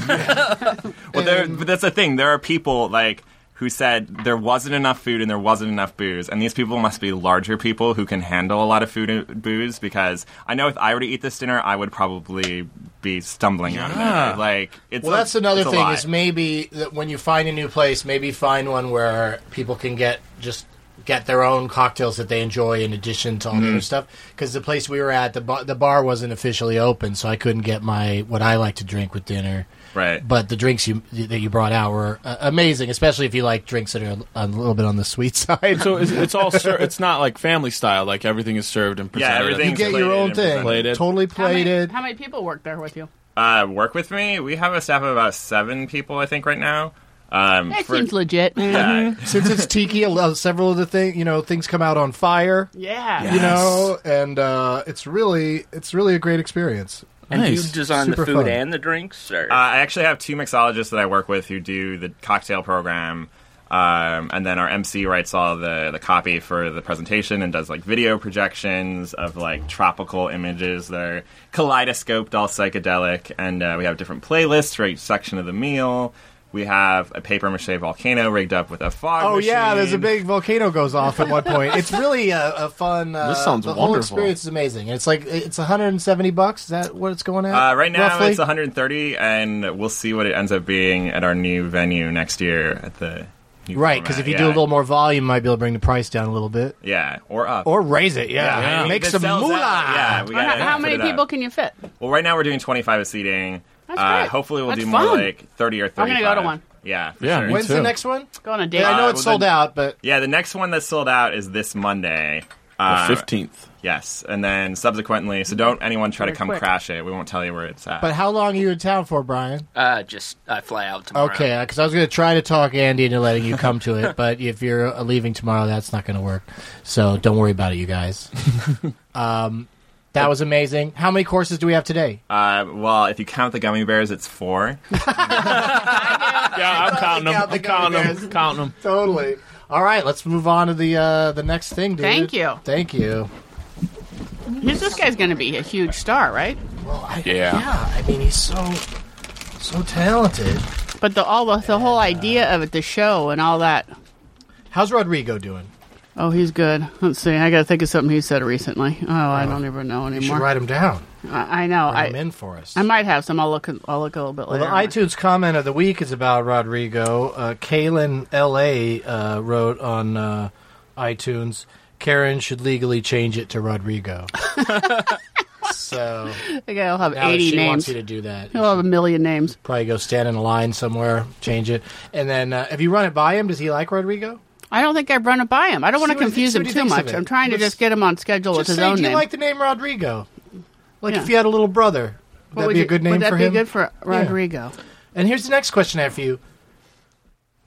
Well, there,
Um,
but that's the thing. There are people like who said there wasn't enough food and there wasn't enough booze, and these people must be larger people who can handle a lot of food and booze. Because I know if I were to eat this dinner, I would probably be stumbling out of it. Like, it's
Well,
a-
that's another
it's a
thing
lot.
is maybe that when you find a new place, maybe find one where people can get just get their own cocktails that they enjoy in addition to all
Mm-hmm.
the other stuff. Because the place we were at, the bar, the bar wasn't officially open, so I couldn't get my what I like to drink with dinner.
right.
But the drinks you that you brought out were uh, amazing, especially if you like drinks that are a little bit on the sweet side.
So it's, it's all ser- it's not like family style. Like everything is served and presented.
yeah,
you
everything's
get your
plated
own thing,
and presented.
Plated.
totally
How many-
plated.
How many people work there with you?
Uh, work with me. We have a staff of about seven people, I think, right now. Um,
That
for-
seems legit.
yeah.
Since it's tiki, a lo- several of the thing you know things come out on fire.
Yeah.
you know and uh, it's really it's really a great experience
And do you
Nice.
design
Super
the food
fun.
and the drinks? Or?
Uh, I actually have two mixologists that I work with who do the cocktail program, um, and then our MC writes all the, the copy for the presentation and does like video projections of like tropical images that are kaleidoscoped, all psychedelic, and uh, we have different playlists for each section of the meal. We have a paper mache volcano rigged up with a fog.
oh yeah
machine.
there's a big volcano goes off at one point it's really a, a fun uh,
This sounds
the whole
wonderful.
experience is amazing and it's like it's 170 bucks is that what it's going at
Uh, right now
roughly?
it's 130, and we'll see what it ends up being at our new venue next year at the. new
right because if
format.
you
Yeah.
do a little more volume you might be able to bring the price down a little bit
yeah, or up,
or raise it yeah,
I mean,
make
that
some
sells out.
moolah
Yeah, we
How-
gotta
How
put
many
it up.
people can you fit?
Well, right now we're doing 25 a seating.
That's
uh,
great.
hopefully we'll
That's
do more
fun.
like 30 or 35.
I'm gonna go to one.
Yeah. for
Yeah,
sure.
me
when's the
too.
next one
Go on a date.
yeah, i know
Uh,
it's
well,
sold
then-
out but
Yeah, the next one that's sold out is this Monday.
The
Uh,
fifteenth.
Yes, and then subsequently, so don't anyone try to
Very
come
quick.
crash it. We won't tell you where it's at.
but how long are you in town for brian
Uh, just I fly out tomorrow.
Okay, because I was going to try to talk Andy into letting you come to it, but if you're uh, leaving tomorrow, that's not going to work. So don't worry about it, you guys. um, that was amazing. How many courses do we have today?
uh, well, if you count the gummy bears, it's four.
Yeah, I'm counting them.
out the
I'm counting
gummy
them. Counting them.
Totally. All right, let's move on to the uh, the next thing, dude.
Thank you.
Thank you.
Here's this guy's going to be a huge star, right?
Well, I,
Yeah.
I mean, he's so so talented.
But the all the, the whole idea of it, the show and all that.
How's Rodrigo doing?
Oh, he's good. Let's see. I got to think of something he said recently. Oh, I don't even know
You should
anymore.
write him down.
I, I know.
Write him
I,
in for us.
I might have some. I'll look. I'll look a little bit
Well,
later.
the iTunes comment of the week is about Rodrigo. Uh, Kaylin L.A. Uh, wrote on uh, iTunes, Karen should legally change it to Rodrigo. so
I think I'll have
now that
eighty
she wants
names. Oh,
you to do that,
He'll have a million names.
probably go stand in a line somewhere, change it. And then uh, if you run it by him, does he like Rodrigo?
I don't think I've run it by him. I don't want
See
to
what he-
confuse
see
him
what he
too
thinks of
much.
it.
I'm trying to
Let's-
just get him on schedule
Just
with his
say,
own
do you
name.
like the name Rodrigo? Like
Yeah.
if you had a little brother,
What
that'd
would
be a
you-
good name
would
for
that
him.
be good for Rodrigo?
And here's the next question I have for you.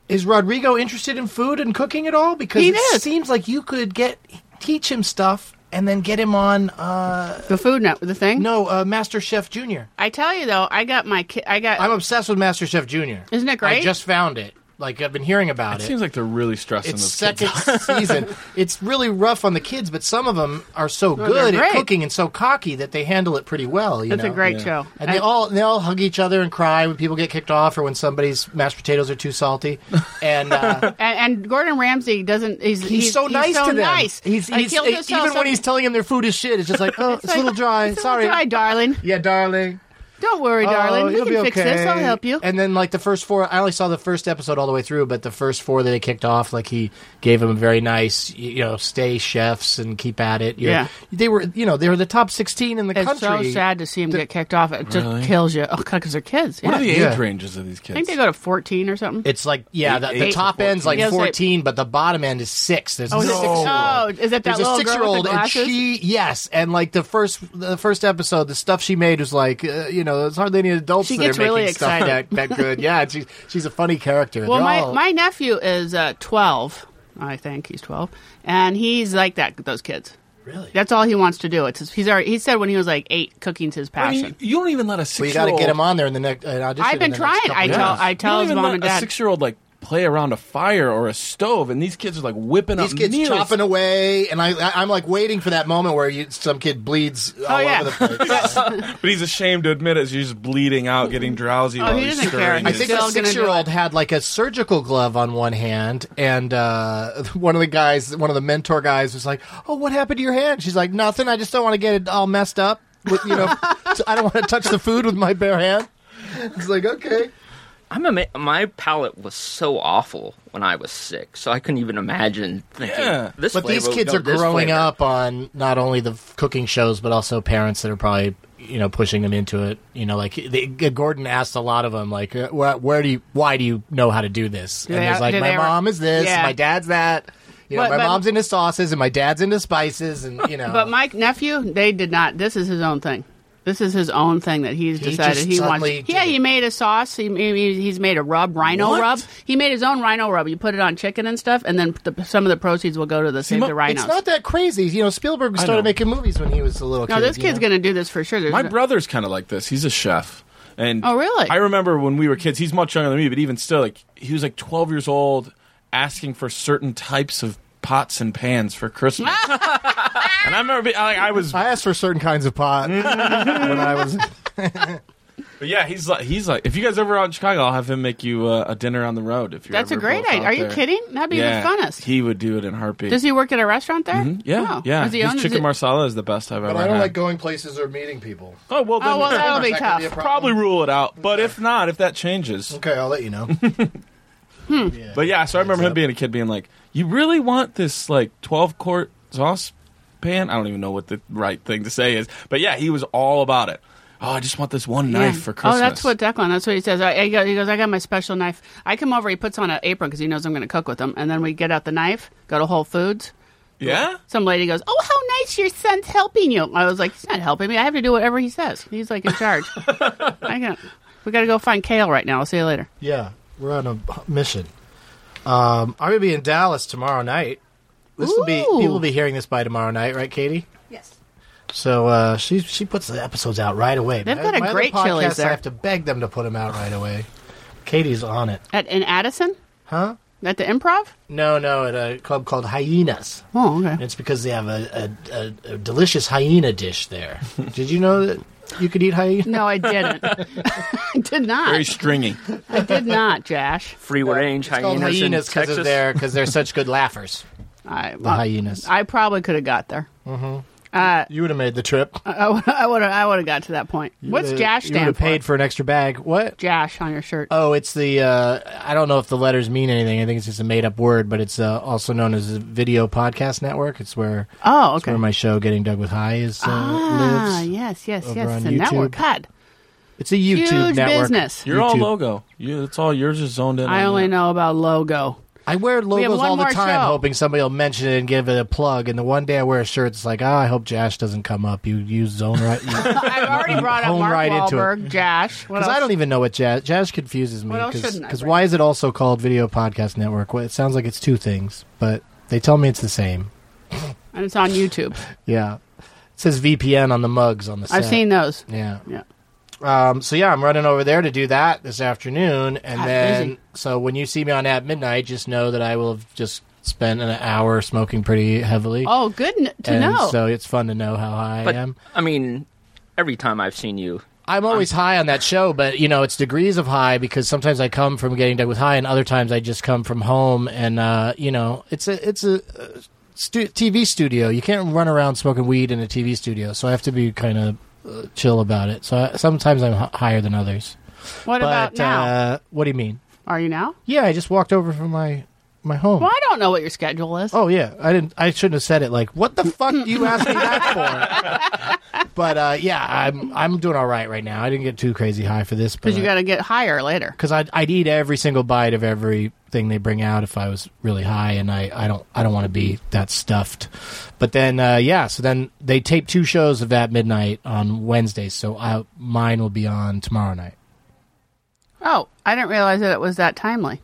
Is Rodrigo interested in food and cooking at all? Because
He
it
is.
seems like you could get teach him stuff and then get him on uh
The food net, the thing.
no, uh Master Chef Junior.
I tell you though, I got my ki- I got
I'm obsessed with Master Chef Junior.
Isn't it
I
great?
just found it. Like I've been hearing about
It
it.
seems like they're really stressing
it's
this.
second season. It's really rough on the kids, but some of them are so
they're
good at
great.
cooking and so cocky that they handle it pretty well. You
It's a
know?
great show.
And they all they all hug each other and cry when people get kicked off or when somebody's mashed potatoes are too salty. And uh,
and, and Gordon Ramsay doesn't. He's,
he's, so nice
he's so
to them.
Nice.
He's,
Like,
he's e, eh,
he'll
even
just tell
when
some-
he's telling him their food is shit, it's just like, oh, it's, a little dry.
It's a little
Sorry,
dry, darling.
yeah, darling.
Don't worry, darling.
"Oh,
we
you'll
can
be
fix this. I'll
okay."
help you.
And then like the first four, I only saw the first episode all the way through, but the first four that they kicked off, like he gave him a very nice, y- you know, stay chefs and keep at it. You know.
Yeah.
they were, you know, they were the top sixteen in the
it's
country.
so sad to see him get kicked off. It just kills you. Oh, God, because they're kids. Yeah.
What are the age
Yeah.
ranges of these
I
kids?
think they go to 14 or something.
It's like yeah, the, the
Eight-
top end's like
Yeah, it's like-
fourteen, but the bottom end is six. There's
oh,
a
is it
six.
six- oh, is it that
There's
little
a
girl with
six-year-old,
the
and
glasses?
she yes, and like the first the first episode, the stuff she made was like uh, you know it's hardly any adults
She
that
gets
are making
really
stuff that,
excited.
that good. Yeah, and she's she's a funny character.
Well,
They're
my,
all-
my nephew is uh, 12, I think he's 12, and he's like that. Those kids.
Really?
That's all he wants to do. It's his, he's already. He said when he was like eight, cooking's his
I mean,
passion.
you don't even let a
well, you
six.
got to get him on there in the next an audition.
I've been
in the next
trying.
couple
I
years.
tell I tell
you
his
don't even
mom
let
and
A
dad.
six-year-old like play around a fire or a stove, and these kids are like whipping
These
up
kids
meals.
chopping away, and I, I I'm like waiting for that moment where you, some kid bleeds all
Oh, yeah.
over the place.
But he's ashamed to admit it. So he's just bleeding out, getting drowsy.
Oh,
while
he
he's
doesn't care.
stirring
I
his-
think
Still
the
gonna do
six year old
it.
had like a surgical glove on one hand, and uh, one of the guys, one of the mentor guys, was like, "Oh, what happened to your hand?" She's like, "Nothing. I just don't want to get it all messed up. With, you know, so I don't want to touch the food with my bare hand." It's like, okay,
I'm ama- my palate was so awful when I was sick, so I couldn't even imagine thinking
Yeah.
this.
but these
flavor-
kids
no,
are
this
growing
flavor.
up on not only the f- cooking shows, but also parents that are probably you know pushing them into it. You know, like they, uh, Gordon asked a lot of them, like, uh, where, "Where do you? Why do you know how to do this?"
Do
and
they-
there's like,
do they
"My
ever-
mom is this,
Yeah.
my dad's that." You know,
But-
my
but-
mom's into sauces, and my dad's into spices, and you know.
Oh.
But my nephew, they did not. This is his own thing. This is his own thing that he's
He
decided
just
he wants.
suddenly
Yeah,
did it.
he made a sauce. He, he- he's made a rub, rhino
What?
rub. He made his own rhino rub. You put it on chicken and stuff, and then the, some of the proceeds will go to the save
mo-
the
it's
rhinos.
it's not that crazy, you know. Spielberg
know.
started making movies when he was a little
no,
kid.
this
you
kid's
know?
gonna do this for sure. There's
My
no-
brother's kind of like this. He's a chef. And
Oh, really?
I remember when we were kids. He's much younger than me, but even still, like he was like 12 years old, asking for certain types of pots and pans for Christmas. and I remember, being, like, I was,
I asked for certain kinds of pot when I was.
but yeah, he's like, he's like, if you guys ever out in Chicago, I'll have him make you uh, a dinner on the road. If you're
That's a
ever
great
both
idea.
out
Are you
there.
kidding? That'd be
yeah,
the funnest.
He would do it in a heartbeat.
Does he work at a restaurant there?
yeah,
Oh.
yeah.
Does he
His
own- is
chicken
it-
marsala is the best I've ever
But I don't
had.
like going places or meeting people.
oh well, then
Oh well, that'll be
Is that gonna
tough.
be a problem?
probably rule it out. But if not, if that changes,
Okay, I'll let you know. Hmm.
But yeah, so I remember him being a kid being like, "You really want this like twelve quart sauce pan?" I don't even know what the right thing to say is, but yeah, he was all about it. Oh, I just want this one
Yeah.
knife for Christmas.
Oh, that's what Declan. That's what he says. I, I go, he goes, I got my special knife. I come over. He puts on an apron because he knows I'm going to cook with him. And then we get out the knife, go to Whole Foods.
yeah.
Some lady goes, "Oh, how nice your son's helping you." I was like, "He's not helping me. I have to do whatever he says. He's like in charge." I can't. We got to go find Kale right now. I'll see you later.
Yeah, we're on a mission. Um, I'm gonna be in Dallas tomorrow night. This will be
Ooh.
people will be hearing this by tomorrow night, right, Katie?
Yes.
So uh, she she puts the episodes out right away.
They've
My-
got a
my other
great
podcasts,
Chili's there.
I have to beg them to put them out right away. Katie's on it,
At in Addison
huh?
at the Improv.
No, no, at a club called Hyenas.
Oh, okay.
And it's because they have a, a, a, a delicious hyena dish there. Did you know that you could eat hyena?
No, I didn't. I did
Very
not.
stringy.
I did not, Josh.
Free range
It's called
hyenas,
hyenas because
in Texas.
of their because they're such good laughers.
I,
The Mm-hmm. hyenas.
I probably could have got there. Uh,
You would have made the trip.
I would have. I would have got to that point. Uh, What's
You
Josh
would
stand
have
for?
paid for an extra bag. What?
Josh on your shirt.
Oh, it's the. Uh, I don't know if the letters mean anything. I think it's just a made up word, but it's uh, also known as a video podcast network. It's where
oh,
it's
okay.
where my show Getting Dug with High is uh,
ah,
lives.
yes, yes,
over
yes.
on
It's a network.
YouTube.
God,
It's a YouTube
huge
network.
business.
You're all
YouTube.
logo. You, it's all yours is zoned in.
I
on
only
that.
know about logo.
I wear
have
logos
one
all the
more
time,
show.
hoping somebody will mention it and give it a plug. And the one day I wear a shirt, it's like, ah, I hope Josh doesn't come up. You use zone right because
I've already brought up
hone
Mark
right into it.
Wahlberg, Josh. What else?
I don't even know what Josh. Josh confuses me
What else shouldn't I
because
bring?
why is it also called Video Podcast Network? Well, it sounds like it's two things, but they tell me it's the same.
and it's on YouTube.
Yeah, it says VPN on the mugs on the. Set.
I've seen those.
Yeah.
Yeah.
Um, so yeah, I'm running over there to do that this afternoon, and
God,
then
busy.
so when you see me on at midnight, just know that I will have just spent an hour smoking pretty heavily.
Oh, good n- to
and
know.
So it's fun to know how high
But
I am.
I mean, every time I've seen you,
I'm always high on that show, but you know it's degrees of high because sometimes I come from getting dug with high, and other times I just come from home, and uh, you know it's a it's a uh, stu- TV studio. You can't run around smoking weed in a TV studio, so I have to be kind of uh, chill about it. So I, sometimes I'm h- higher than others.
What about
But,
now?
Uh, what do you mean?
Are you now?
Yeah, I just walked over from my my home.
Well, I don't know what your schedule is.
Oh yeah, I didn't. I shouldn't have said it. Like, what the fuck do you ask me that for? But uh, yeah, I'm I'm doing all right right now. I didn't get too crazy high for this, but
Because you got to get higher later.
because I'd, I'd eat every single bite of everything they bring out if I was really high, and I, I don't I don't want to be that stuffed. But then uh, yeah, so then they tape two shows of that midnight on Wednesdays, so I, mine will be on tomorrow night.
Oh, I didn't realize that it was that timely.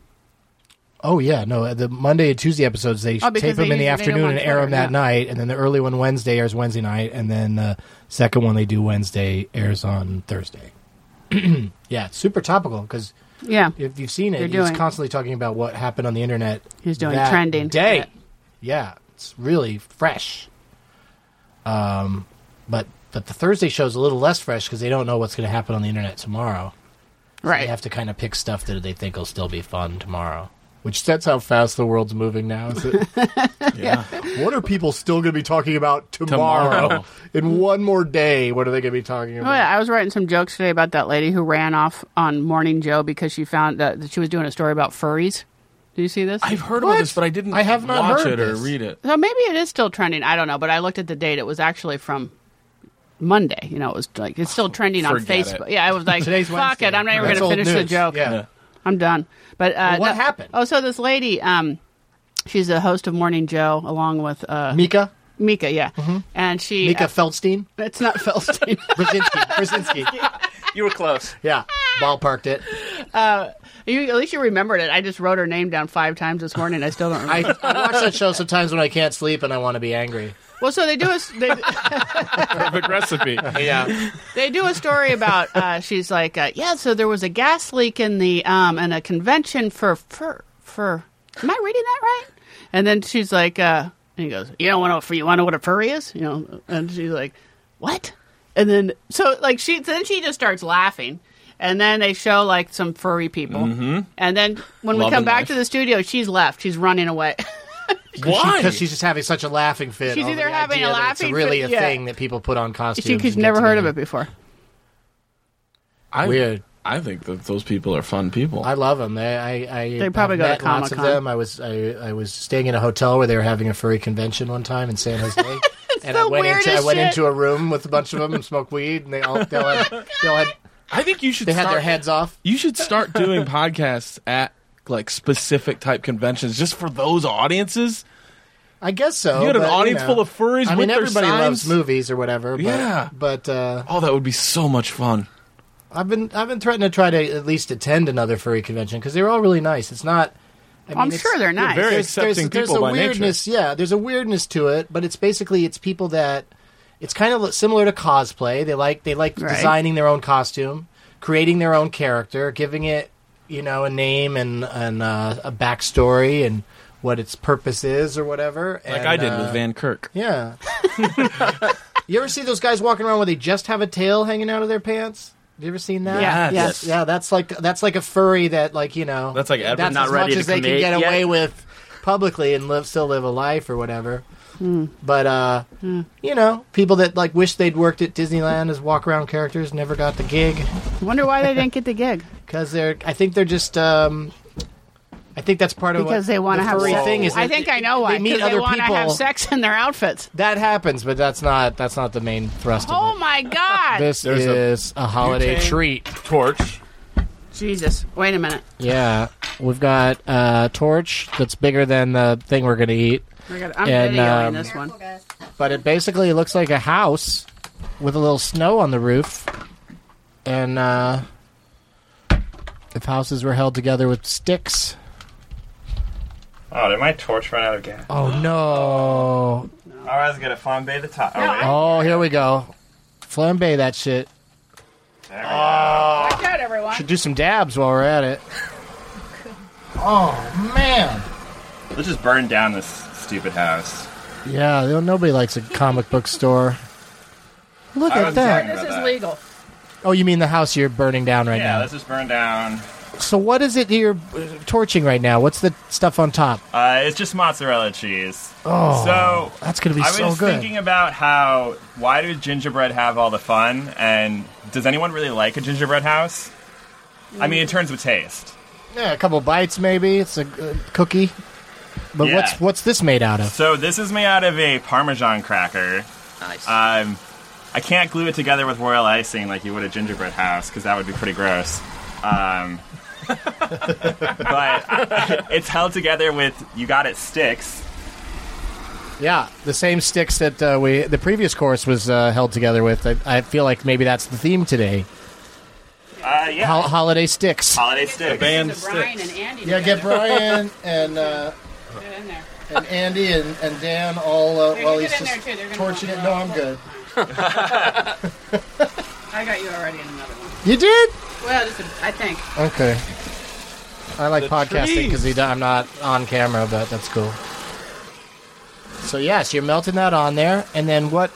Oh yeah, no. The Monday and Tuesday episodes they
Oh, because
tape them
they
in the
usually- they don't
afternoon
want
and air them
Twitter,
that
yeah.
night, and then the early one Wednesday airs Wednesday night, and then the second one they do Wednesday airs on Thursday. yeah, it's super topical because
Yeah.
if you've seen
You're
it,
doing
he's
it.
constantly talking about what happened on the internet.
He's doing
that
trending.
day.
Yeah.
Yeah. it's really fresh. Um, but but the Thursday show's a little less fresh because they don't know what's going to happen on the internet tomorrow.
Right.
They have to kind of pick stuff that they think will still be fun tomorrow. Which that's how fast the world's moving now. Is it?
Yeah.
what are people still going to be talking about tomorrow?
Tomorrow.
In one more day, what are they going to be talking
Oh,
about?
yeah, I was writing some jokes today about that lady who ran off on Morning Joe because she found that, that she was doing a story about furries. Do you see this?
I've heard
What?
about this, but I didn't
I have not
watch it
heard
or
this.
read it.
so maybe it is still trending. I don't know, but I looked at the date. It was actually from Monday. You know, it was like it's still trending on
Forget
Facebook.
it.
Yeah, I was like,
Today's
fuck
Wednesday.
it, I'm not even going
That's
to
old
finish the
news.
joke.
Yeah.
I'm done. But uh,
Well, what happened?
Oh, so this lady, um, she's the host of Morning Joe along with uh,
Mika?
Mika, yeah, and she
Mm-hmm. Mika
uh,
Feldstein?
it's not Feldstein.
Brzezinski. Brzezinski.
You were close.
Yeah. Ballparked it.
you, at least you remembered it. I just wrote her name down five times this morning. I still don't remember.
I, I watch that show sometimes when I can't sleep and I want to be angry.
Well, so they do a they,
Perfect recipe.
Yeah.
they do a story about uh, she's like uh, yeah, so there was a gas leak in the um in a convention for for for am I reading that right? And then she's like uh, and he goes you don't want to you want to know what a furry is you know and she's like what? And then so like she then she just starts laughing. And then they show like some furry people, and then when we
Love
come
and
back
life.
to the studio, she's left. She's running away.
Why?
Because she's just having such a laughing fit.
She's
over
either
the
having
idea
a
that
laughing
It's really
fit-
a
yeah.
thing that people put on costumes.
she, she's
and get
never heard of it
together.
before.
I,
Weird.
I think that those people are fun people.
I love them. They, I, I
They probably
I've
go to
met lots of
Comic-Con.
them. I was I, I was staying in a hotel where they were having a furry convention one time in San Jose, and I
the
went into I
weirdest
went
shit.
into a room with a bunch of them and smoked weed, and they all they all had, they, all had,
I think you should
they had
start
their heads off.
You should start doing podcasts at like specific type conventions just for those audiences.
I guess so.
you had an
but,
audience
know.
full of furries
I
with
mean,
their
everybody loves
signs.
movies or whatever. But,
Yeah.
but uh,
Oh, that would be so much fun.
I've been I've been threatening to try to at least attend another furry convention because they're all really nice. It's not. I
I'm
mean, it's-
sure they're nice.
very-
there's, there's,
accepting
there's
people
a
by nature.
weirdness, Yeah, there's a weirdness to it, but it's basically it's people that it's kind of similar to cosplay. They like they like
Right.
designing their own costume, creating their own character, giving it you know a name and and uh, a backstory and what its purpose is or whatever.
Like
and,
I did
uh,
with Van Kirk.
Yeah. you ever see those guys walking around where they just have a tail hanging out of their pants? Have you ever seen that?
Yeah.
Yes.
Yes.
Yeah, that's like that's like a furry that like you know
That's like Edward.
that's
Not
as
ready
much
to
as they can
commit
get
yet.
away with publicly and live still live a life or whatever.
Hmm.
But uh, you know, people that like wish they'd worked at Disneyland as walk around characters never got the gig
Wonder why they didn't get the gig.
because they're I think they're just um, I think that's part of
because
what
they want
the
to have
furry
sex.
thing is
I
that
think I know why.
they meet
'cause
other
want to
people.
have sex in their outfits.
that happens, but that's not that's not the main thrust of it.
Oh my god!
This
There's a-
is a, holiday
Okay.
treat.
Torch.
Jesus! Wait a minute.
Yeah, we've got uh, torch that's bigger than the thing we're gonna eat,
We gotta- I'm
And,
videoing
um,
this one.
guys.
but it basically looks like a house with a little snow on the roof, and uh, if houses were held together with sticks.
Oh, did my torch run out of gas?
Oh no!
Oh, I was gonna flambe the top. Oh, wait.
Oh, here we go. Flambe that shit.
There we go.
Watch out, everyone!
Should do some dabs while we're at it. Oh man!
Let's just burn down this stupid house.
Yeah, you know, nobody likes a comic book store. Look
I
at
was
that.
talking about
This is
that.
legal.
Oh, you mean the house you're burning down right
Yeah,
now?
let's just burn down
So what is it that you're uh, torching right now? What's the stuff on top?
Uh, it's just mozzarella cheese.
Oh,
so
that's gonna be
I
so
was
good.
thinking about how why does gingerbread have all the fun, and does anyone really like a gingerbread house? I mean, it turns with taste.
Yeah, a couple bites maybe. It's a uh, cookie. But
Yeah.
what's what's this made out of?
So this is made out of a Parmesan cracker.
Nice.
Um, I can't glue it together with royal icing like you would a gingerbread house because that would be pretty gross. Um, but it's held together with you got it sticks.
Yeah, the same sticks that uh, we the previous course was uh, held together with. I, I feel like maybe that's the theme today.
Uh, yeah,
Hol- holiday sticks.
holiday sticks.
Band
Get Brian
sticks.
and Andy.
Yeah, get
together.
Brian and uh,
Get in there.
and Andy and, and Dan all uh,
Hey,
while
you
he's
get in
just
there, too. They're gonna
torching
want
it.
to
No,
know.
I'm good.
I got you already in another one.
You did?
Well, just a, I think.
Okay. I like
The
podcasting
trees.
because I'm not on camera, but that's cool. So yes, you're melting that on there, and then what?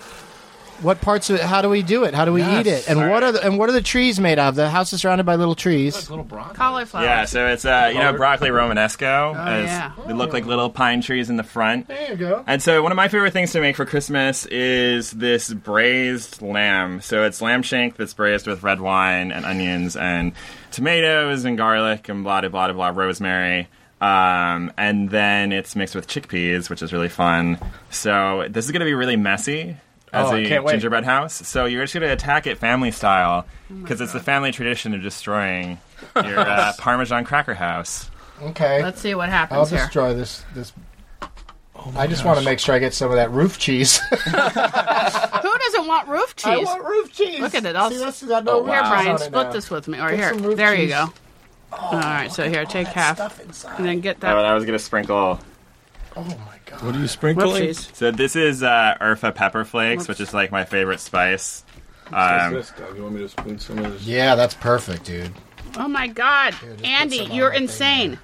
What parts of it? How do we do it? How do we eat
Yes.
it? And what are the and what are the trees made of? The house is surrounded by little trees.
Little broccoli.
Cauliflower.
Yeah, so it's uh, you know broccoli romanesco. as
yeah.
They look like little pine trees in the front.
There you go.
And so one of my favorite things to make for Christmas is this braised lamb. So it's lamb shank that's braised with red wine and onions and tomatoes and garlic and blah blah blah blah blah rosemary. Um, and then it's mixed with chickpeas, which is really fun. So this is going to be really messy as
Oh, I
a
can't wait.
gingerbread house. So you're just going to attack it family style because it's the family tradition of destroying your uh, Parmesan cracker house.
Okay,
Let's see what
I'll
happens here.
destroy this. This.
Oh
I just want to make sure I get some of that roof cheese.
Who doesn't want roof cheese?
I want roof cheese.
Look at it, I'll
See,
s-
that's got no roof
Here,
cheese on
Brian,
it
split
now.
this with me. Or
Get
here,
some roof
there you
cheese.
go. all right, so here, take half,
Stuff inside.
and then get
Oh, and
that
I was going to sprinkle
Oh my god.
What are you
roof
sprinkling?
cheese.
So this is uh, Urfa pepper flakes, which is like my favorite spice. Um,
You want me to spoon some of this?
Yeah, that's perfect, dude.
Oh my God, Andy,
some on
you're
the thing
insane.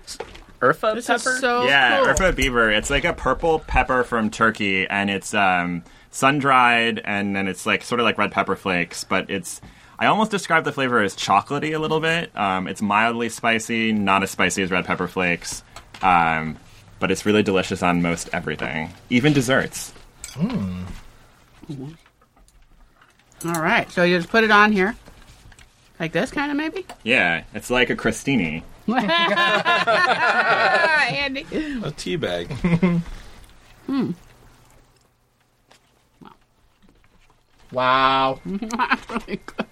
Urfa
This
pepper?
is so
yeah,
Oh, cool.
Urfa beaver. It's like a purple pepper from Turkey, and it's um, sun dried, and then it's like sort of like red pepper flakes, but it's. I almost describe the flavor as chocolatey a little bit. Um, it's mildly spicy, not as spicy as red pepper flakes, um, but it's really delicious on most everything, even desserts.
All right, so you just put it on here, like this, kind of maybe.
Yeah, it's like a crostini.
Ah, Andy.
A tea bag.
Wow,
Really good.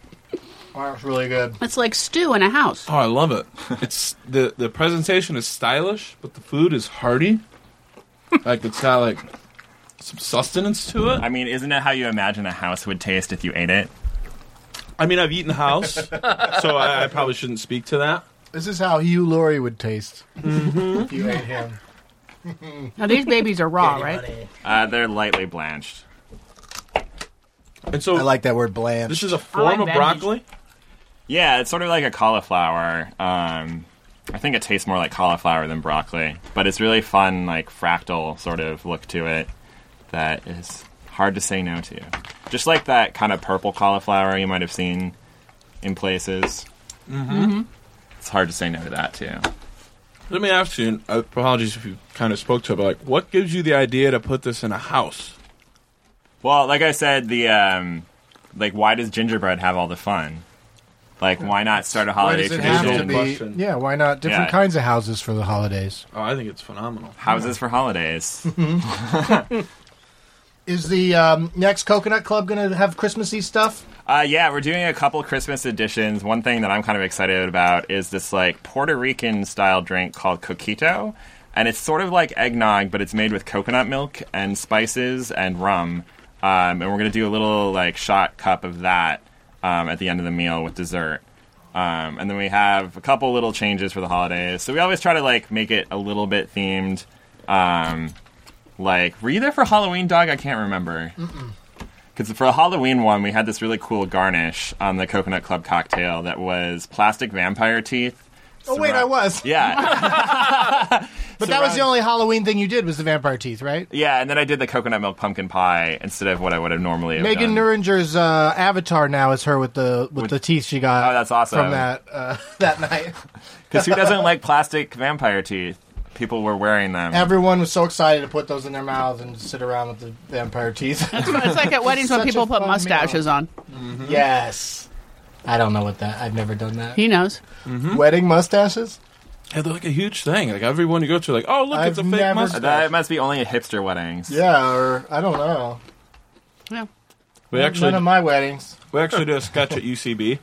that's really good.
it's like stew in a house.
Oh, I love it. It's the the presentation is stylish, but the food is hearty. Like it's got like some sustenance to
I
it.
mean, isn't it how you imagine a house would taste if you ate it?
I mean, I've eaten house, so I, I probably shouldn't speak to that.
This is how Hugh Laurie would taste if you ate him.
Now these babies are raw, right?
Uh, they're lightly blanched.
And so
I like that word
this
blanched.
is a form
like
of
veggies.
broccoli.
Yeah, it's sort of like a cauliflower. Um, I think it tastes more like cauliflower than broccoli, but it's really fun, like fractal sort of look to it that is hard to say no to. Just like that kind of purple cauliflower you might have seen in places. Mm-hmm. It's hard to say no to that too.
Let me ask you. And uh, apologies if you kind of spoke to it, but like, what gives you the idea to put this in a house?
Well, like I said, the um, like why does gingerbread have all the fun? Like why not start a holiday
have
tradition?
to be- Question.
Yeah, why not different
Yeah.
kinds of houses for the holidays?
Oh, I think it's phenomenal.
Houses for holidays.
Is the um, next Coconut Club going to have Christmassy stuff?
Uh, yeah, we're doing a couple Christmas editions. One thing that I'm kind of excited about is this like Puerto Rican style drink called coquito, and it's sort of like eggnog, but it's made with coconut milk and spices and rum. Um, and we're gonna do a little like shot cup of that um, at the end of the meal with dessert. Um, and then we have a couple little changes for the holidays. So we always try to like make it a little bit themed. Um, like, were you there for Halloween, dog? I can't remember. Because for the Halloween one, we had this really cool garnish on the Coconut Club cocktail that was plastic vampire teeth.
Oh, wait, I was.
Yeah.
But that was the only Halloween thing you did was the vampire teeth, right?
Yeah, and then I did the coconut milk pumpkin pie instead of what I would have normally have
Megan
done.
Nuringer's uh, avatar now is her with the with, the teeth she got.
Oh, that's awesome.
From that uh, that night,
Because who doesn't like plastic vampire teeth? People were wearing them.
everyone was so excited to put those in their mouths and sit around with the vampire teeth.
It's like at weddings when
Such a
people put
fun
mustaches on.
yes, I don't know what that. I've never done that.
He knows.
Hmm? Wedding mustaches.
Yeah, they're like a huge thing. Like everyone you go to, like, oh look, it's a
I've
fake
never-
mustache.
that must be only at hipster weddings.
Yeah, or I don't know.
Yeah.
we
None of
actually
my weddings.
we actually did a sketch at UCB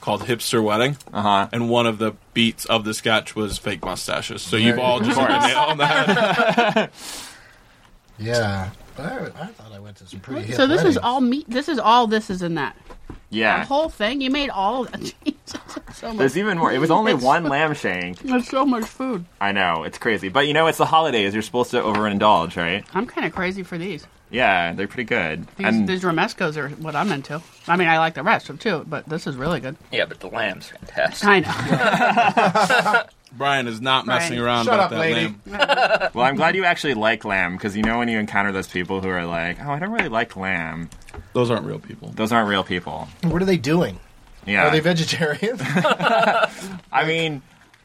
called Hipster Wedding,
Uh huh.
and one of the beats of the sketch was fake mustaches. So you've all just hit the nail on the head.
Yeah, but I, I thought I went to some pretty. hip
So this is
weddings.
all meat. This is all. This is in that
Yeah.
the whole thing. You made all of that. Jesus, so much.
There's even more. It was only one lamb shank.
There's so much food.
I know it's crazy, but you know it's the holidays. You're supposed to overindulge, right?
I'm kind of crazy for these.
Yeah, they're pretty good.
These, these romescos are what I'm into. I mean, I like the rest of too, but this is really good.
Yeah, but the lamb's fantastic.
I know.
Brian is not messing
Brian.
around
Shut
about
up,
that
lady.
name.
Well, I'm glad you actually like lamb because you know when you encounter those people who are like, "Oh, I don't really like lamb."
Those aren't real people.
Those aren't real people.
What are they doing?
Yeah,
Are they vegetarian?
I mean,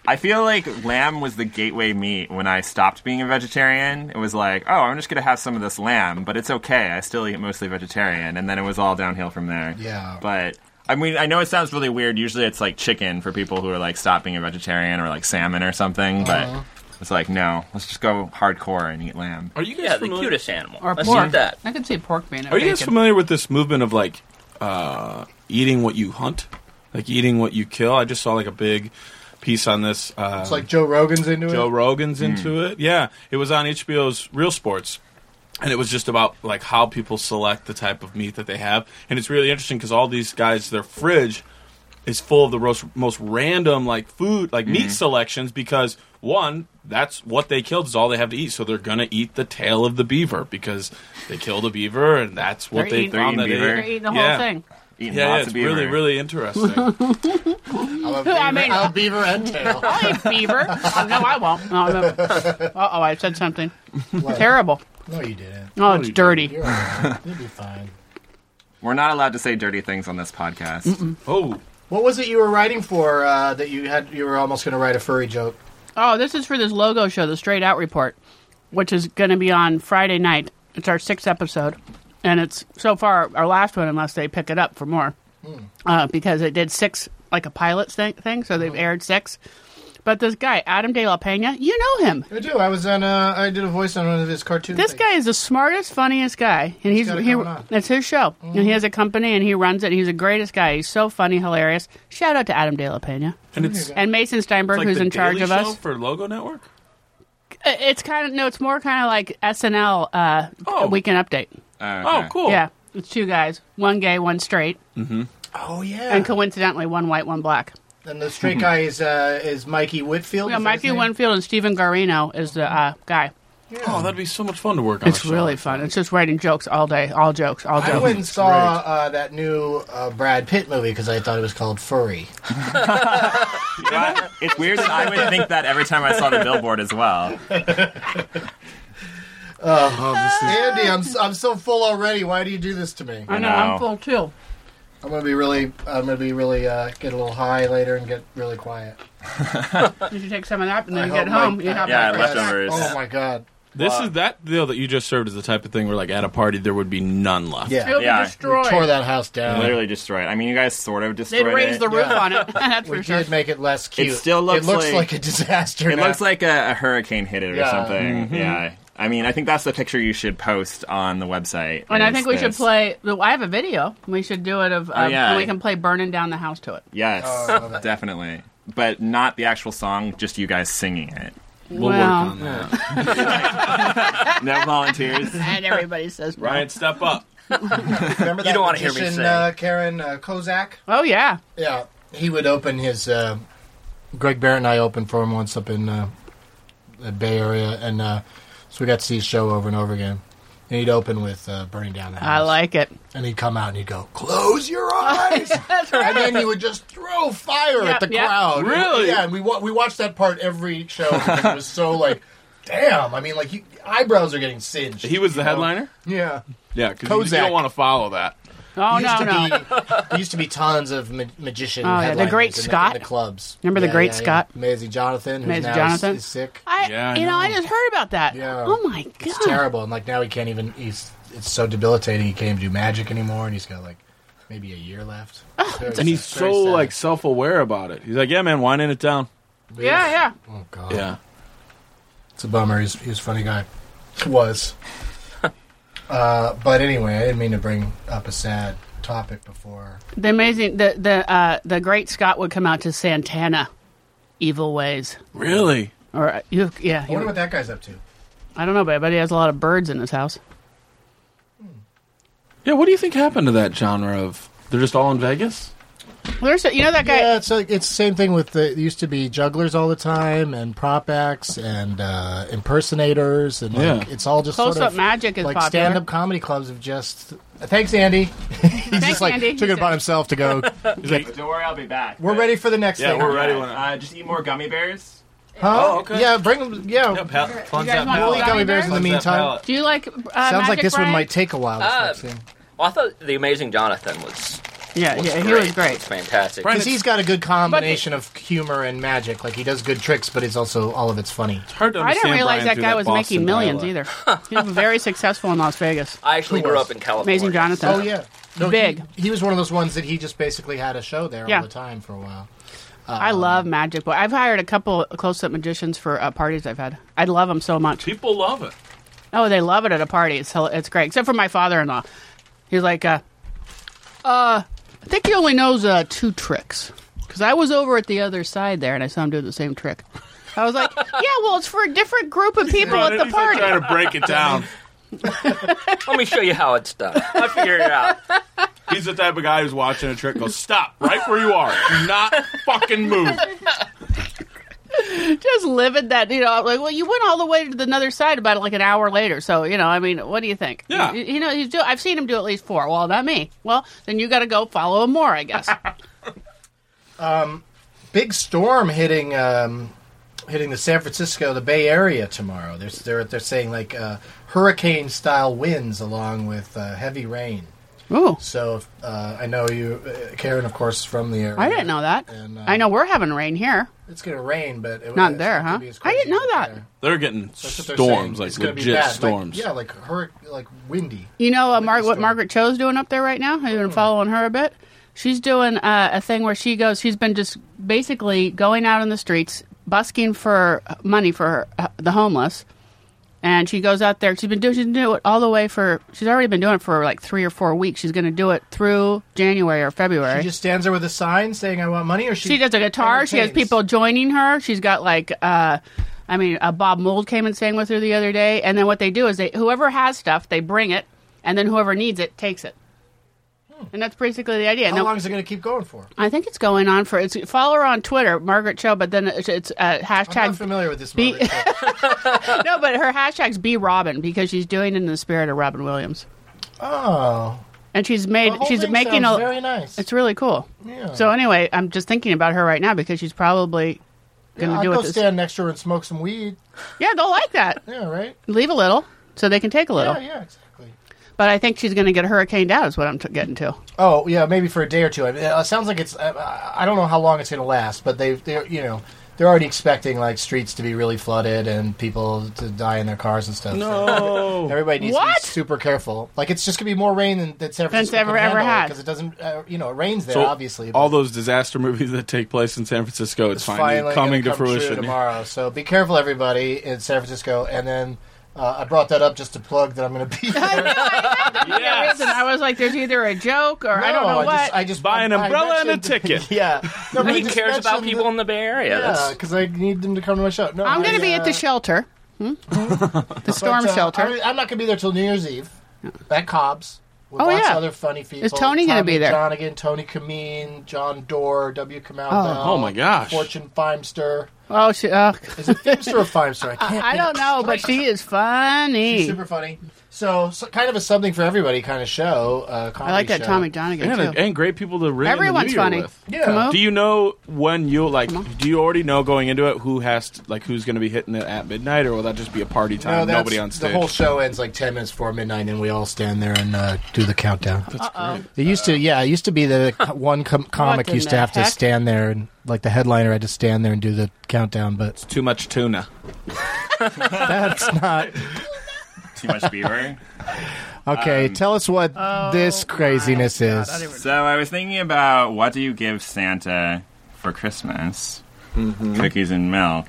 I feel like lamb was the gateway meat when I stopped being a vegetarian. It was like, "Oh, I'm just gonna have some of this lamb, but it's okay. I still eat mostly vegetarian," and then it was all downhill from there.
Yeah.
but. I mean, I know it sounds really weird. Usually, it's like chicken for people who are like stopping a vegetarian or like salmon or something.
Uh-huh.
But it's like, no, let's just go hardcore and eat lamb.
Are you guys
Yeah, the
familiar?
cutest animal.
Or
Let's
pork.
eat that.
I could see pork being. a
Are you guys
bacon.
familiar with this movement of like uh, eating what you hunt, like eating what you kill? I just saw like a big piece on this. Uh,
it's like Joe Rogan's into
Joe
it.
Rogan's into
Hmm.
it. Yeah, it was on HBO's Real Sports, and it was just about like how people select the type of meat that they have, and it's really interesting because all these guys, their fridge is full of the most, most random like food, like
Hmm.
meat selections because one. That's what they killed is all they have to eat, so they're gonna eat the tail of the beaver because they killed a beaver, and that's what
They're
they
eating-
They're
found
eating
that they-
beaver.
They're eating the
Yeah.
whole thing.
Eating
Yeah, yeah,
lots
it's
of beaver.
really, really interesting.
I love
I mean-
I love beaver and tail.
I'll eat beaver. Oh, no, I won't. No, uh oh, I said something terrible.
No, you didn't.
Oh, it's dirty.
You're all right. You'll be fine.
We're not allowed to say dirty things on this podcast.
oh,
What was it you were writing for uh, that you had? You were almost going to write a furry joke.
Oh, this is for this logo show, the Straight Out Report, which is going to be on Friday night. It's our sixth episode, and it's so far our last one, unless they pick it up for more, uh, because it did six like a pilot thing, thing so they've aired six. But this guy, Adam De La Pena, you know him.
I do. I was on. Uh, I did a voice on one of his cartoons.
This guy is the smartest, funniest guy, and he's
got it
he,
going on.
it's his show, and he has a company and he runs it. He's the greatest guy. He's so funny, hilarious. Shout out to Adam De La Pena
and it's
and Mason Steinberg, who's in charge of us.
for Logo Network.
Uh, It's kind of no, it's more kind of like SNL uh,
Oh.
Weekend Update.
Oh, cool.
Yeah, it's two guys, one gay, one straight,
Oh yeah.
and
And,
coincidentally, one white, one black.
the straight guy is uh, is Mikey Whitfield.
Yeah,
is that his
Mikey
name?
Winfield and Stephen Garino is the uh, guy.
Oh, that'd be Oh, so much fun to work on.
It's
a show.
really fun. It's just writing jokes all day, all jokes, all
I
jokes.
went and saw uh, that new uh, Brad Pitt movie because I thought it was called Furry.
Yeah, it's weird that I would think that every time I saw the billboard as well.
Andy, I'm s- I'm so full already. Why do you do this to me?
I know,
No.
I'm full too.
I'm gonna be really. I'm gonna be really uh, get a little high later and get really quiet.
You should take some of that and then
I
you get
hope
home.
my-
you have
Yeah,
like-
left- leftovers.
Oh my god.
This is that deal that you just served is the type of thing where, like, at a party there would be none left.
It'll
Yeah.
Yeah.
be destroyed.
Tore that house down.
Literally destroy it. I mean, you guys sort of
They'd
destroyed
raise
it.
the roof on it. That's
We
for sure.
did make it less cute.
still looks
it looks
like-
like, a disaster.
it
now.
looks like a, a hurricane hit it or
Yeah.
something. Yeah. I mean, I think that's the picture you should post on the website.
And I
is
think we should
this.
play. well, I have a video. We should do it of. Um,
yeah.
and We can play "Burning Down the House" to it.
Yes,
Oh, I love it.
definitely. But not the actual song, just you guys singing it.
We'll
Wow.
work on that.
No volunteers.
And everybody says, no.
Ryan, step up.
Remember that
don't wanna hear me
magician,
sing.
uh, Karen uh, Kozak.
"Oh yeah,
Yeah, he would open his. Uh, Greg Barrett and I opened for him once up in uh, the Bay Area, and uh, so we got to see his show over and over again. and he'd open with uh, burning down the house.
I like it.
and he'd come out and he'd go, "Close your eyes," and then he would just throw fire
Yep,
at the
yep.
crowd.
Really?
Yeah, and we wa- we watched that part every show. because it was so like, damn. I mean, like you, eyebrows are getting singed.
He was the
you know?
headliner.
Yeah.
Yeah, because you
Kozak.
don't want to follow that.
Oh
used
no
to
no.
Be, there used to be tons of ma- magician.
Oh, yeah, the
headliners
Great
in the-
Scott.
in the clubs.
Remember the
Yeah,
Great
yeah,
Scott?
Yeah. Amazing Jonathan. Who's
Amazing
now
Jonathan?
Is, is sick.
I,
Yeah, I
you know, I
know.
just heard about that.
Yeah.
Oh my god.
It's terrible, and like now he can't even. He's it's so debilitating. He can't do magic anymore, and he's got like maybe a year left.
Oh,
Very
And he's
sad- very
so
sad.
like self-aware about it. He's like, "Yeah, man, winding it down."
Yeah yeah.
Oh god. It's a bummer. He's he's a funny guy. Was. uh, but anyway, I didn't mean to bring up a sad topic before.
The amazing the the uh, the great Scott would come out to Santana, Evil Ways.
really.
Or uh, you, yeah,
I wonder
you,
what that guy's up to.
I don't know, but I bet he has a lot of birds in his house.
Yeah, what do you think happened to that genre of? They're just all in Vegas.
There's, a, you know, that guy.
Yeah, it's like it's the same thing with the it used to be jugglers all the time and prop acts and uh, impersonators and like,
Yeah.
it's all just
Close
sort
up
of
magic is
like
popular.
stand up comedy clubs have just thanks Andy. he just like
Andy.
took it upon himself to go.
He's like,
Don't worry, I'll be back.
We're ready for the next
Yeah,
thing.
we're ready when I.
Uh, just eat more gummy bears.
Huh?
Oh, okay.
Yeah, bring them. Yeah,
Yeah, Pat,
You guys want
we'll eat
gummy
gummy bears in the
bears?
meantime.
Do you like? Uh,
Sounds like
Magic
this
Brian?
one might take a while. This
Uh,
next thing.
Well, I thought the Amazing Jonathan was.
Yeah,
was
yeah,
great.
he was great.
fantastic.
Brian-
Because he's got a good combination of humor and magic. Like he does good tricks, but it's also all of it's funny.
Hard to
I didn't
understand
realize
Brian
that
through
guy was
Boston
making millions
dialect.
either. he was very successful in Las Vegas.
I actually
Who
grew
was?
up in California.
Amazing Jonathan.
Oh yeah, No, he-
Big.
He, was one of those ones that he just basically had a show there
Yeah.
all the time for a while.
I
Oh,
love Magic Boy. I've hired a couple close-up magicians for uh, parties I've had. I love them so much.
People love it.
Oh, they love it at a party. It's hel- it's great. Except for my father-in-law. He's like, uh, uh, I think he only knows uh, two tricks. Because I was over at the other side there, and I saw him do the same trick. I was like, yeah, well, it's for a different group of people at the
He's like
party.
trying to break it down.
Let me show you how it's done. I figured it out.
He's the type of guy who's watching a trick. Goes stop right where you are. Do not fucking move.
Just livid that, you know, I'm like, well, you went all the way to the other side about like an hour later. So, you know, I mean, what do you think?
Yeah.
You, you know, he's do- I've seen him do at least four. Well, not me. Well, then you got to go follow him more, I guess.
Big storm hitting um, hitting the San Francisco, the Bay Area tomorrow. They're they're, they're saying like uh, hurricane style winds along with uh, heavy rain.
Ooh,
So uh, I know you, uh, Karen, of course, is from the area.
I didn't know that.
And, uh,
I know we're having rain here.
It's going to rain, but it,
Not
it's
there,
not gonna
huh?
be as
I didn't
crazy
know
up
that.
there.
They're getting
That's what they're
storms,
saying.
like
It's gonna be
legit
bad. Like,
storms.
yeah, like hurricane, like windy.
You know, uh, Mar- what
story.
Margaret Cho's doing up there right now? Have you been following her a bit? She's doing uh, a thing where she goes, she's been just basically going out in the streets, busking for money for her, uh, the homeless. And she goes out there. She's been doing, she's been doing it all the way for, she's already been doing it for like three or four weeks. She's going to do it through January or February.
She just stands there with a sign saying, "I want money," or she
She does a
Oh,
guitar. She has
entertains.
people joining her. She's got like, uh, I mean, uh, Bob Mould came and sang with her the other day. And then what they do is they whoever has stuff, they bring it, and then whoever needs it takes it. And that's basically the idea.
Hmm. How
Now,
long is it going to keep going for?
I think it's going on for it's follow her on Twitter, Margaret Cho, but then it's, it's uh, hashtag
I'm not familiar with this.
Be-
Margaret Cho.
no, but her hashtag's be Robin because she's doing it in the spirit of Robin Williams,
oh,
and she's made
The whole
she's
thing
making
sounds
a
very nice.
it's really cool.
Yeah.
So anyway, I'm just thinking about her right now because she's probably going to
I'll
do
go
it. This.
stand next to her and smoke some weed.
Yeah, they'll like that.
Yeah, right.
leave a little so they can take a little.
Yeah, yeah, exactly.
But I think she's going to get hurricaned out, is what I'm t- getting to.
Oh, yeah, maybe for a day or two. I mean, it uh, sounds like it's. I- I, I don't know how long it's going to last, but they, they're you know, they're already expecting like streets to be really flooded and people to die in their cars and stuff. so
Oh.
No.
Everybody needs
What?
to be super careful. Like it's just gonna be more rain than that San
Than's
Francisco
ever- ever had.
because it doesn't. Uh, you know, it rains there
So
obviously. but
all those disaster movies that take place in San Francisco, it's,
it's
finally, coming to
gonna come true
fruition.
tomorrow. So be careful, everybody in San Francisco. And then uh, I brought that up just to plug that I'm gonna be there.
Yes.
And I was like, there's either a joke or I don't
No,
know what.
Just, I just
Buy an
I- I
umbrella and a
mentioned-
ticket.
Yeah, no, but I
He
just
cares about
mentioned
people
that-
in the Bay Area.
Yeah,
That's-
because I need them to come to my show. No,
I'm
going to
be at the shelter, hmm? the storm shelter.
uh, I, am not going to be there till New Year's Eve at Cobb's. With
Oh,
lots
yeah.
of other funny people.
Is Tony gonna
Tommy
be there?
Jonigan, Tony Kameen, John Doerr, W. Kamau. Bell,
Oh, my gosh.
Fortune Feimster.
oh, she, uh,
Is it Feimster or Feimster? I can't.
I don't know, but she is funny.
Super funny. So, so kind of a something for everybody kind of show. Uh,
I like that Tommy Donegan
and,
too.
and great people to ring the new
Everyone's
year
funny.
with.
Yeah.
Come on.
Do you know when you like? Do you already know going into it who has to, like who's going to be hitting it at midnight, or will that just be a party time?
No, that's,
Nobody on stage.
The whole show ends like ten minutes before midnight, and we all stand there and uh, do the countdown. That's great. It used to, yeah, it used to be that a- one com- comic
in
used
the
to have to
heck?
stand there and like the headliner had to stand there and do the countdown, but
Too much tuna.
that's not
Too much beaver.
Um,
okay. tell us what
oh
this craziness is.
so I was thinking about what do you give Santa for Christmas? Cookies and milk.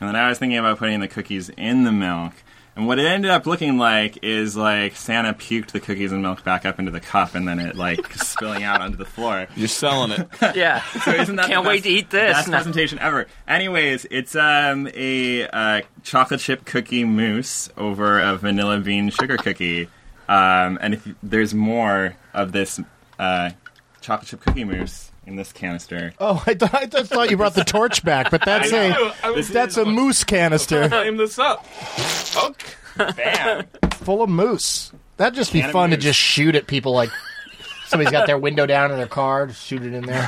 And then I was thinking about putting the cookies in the milk. And what it ended up looking like is like Santa puked the cookies and milk back up into the cup, and then it like spilling out onto the floor.
You're selling it.
Yeah.
So isn't that the
Can't wait
best-
to eat this.
Best
No.
presentation ever. Anyways, it's um a uh, chocolate chip cookie mousse over a vanilla bean sugar cookie. Um, and if you- there's more of this uh, chocolate chip cookie mousse in this canister.
Oh, I, th- I just thought you brought the torch back, but that's a that's a moose canister
Aim this up.
Bam!
full of moose. That'd just be
Can of
fun to
moose.
just shoot at people like. Somebody's got their window down in their car, just shoot it in there.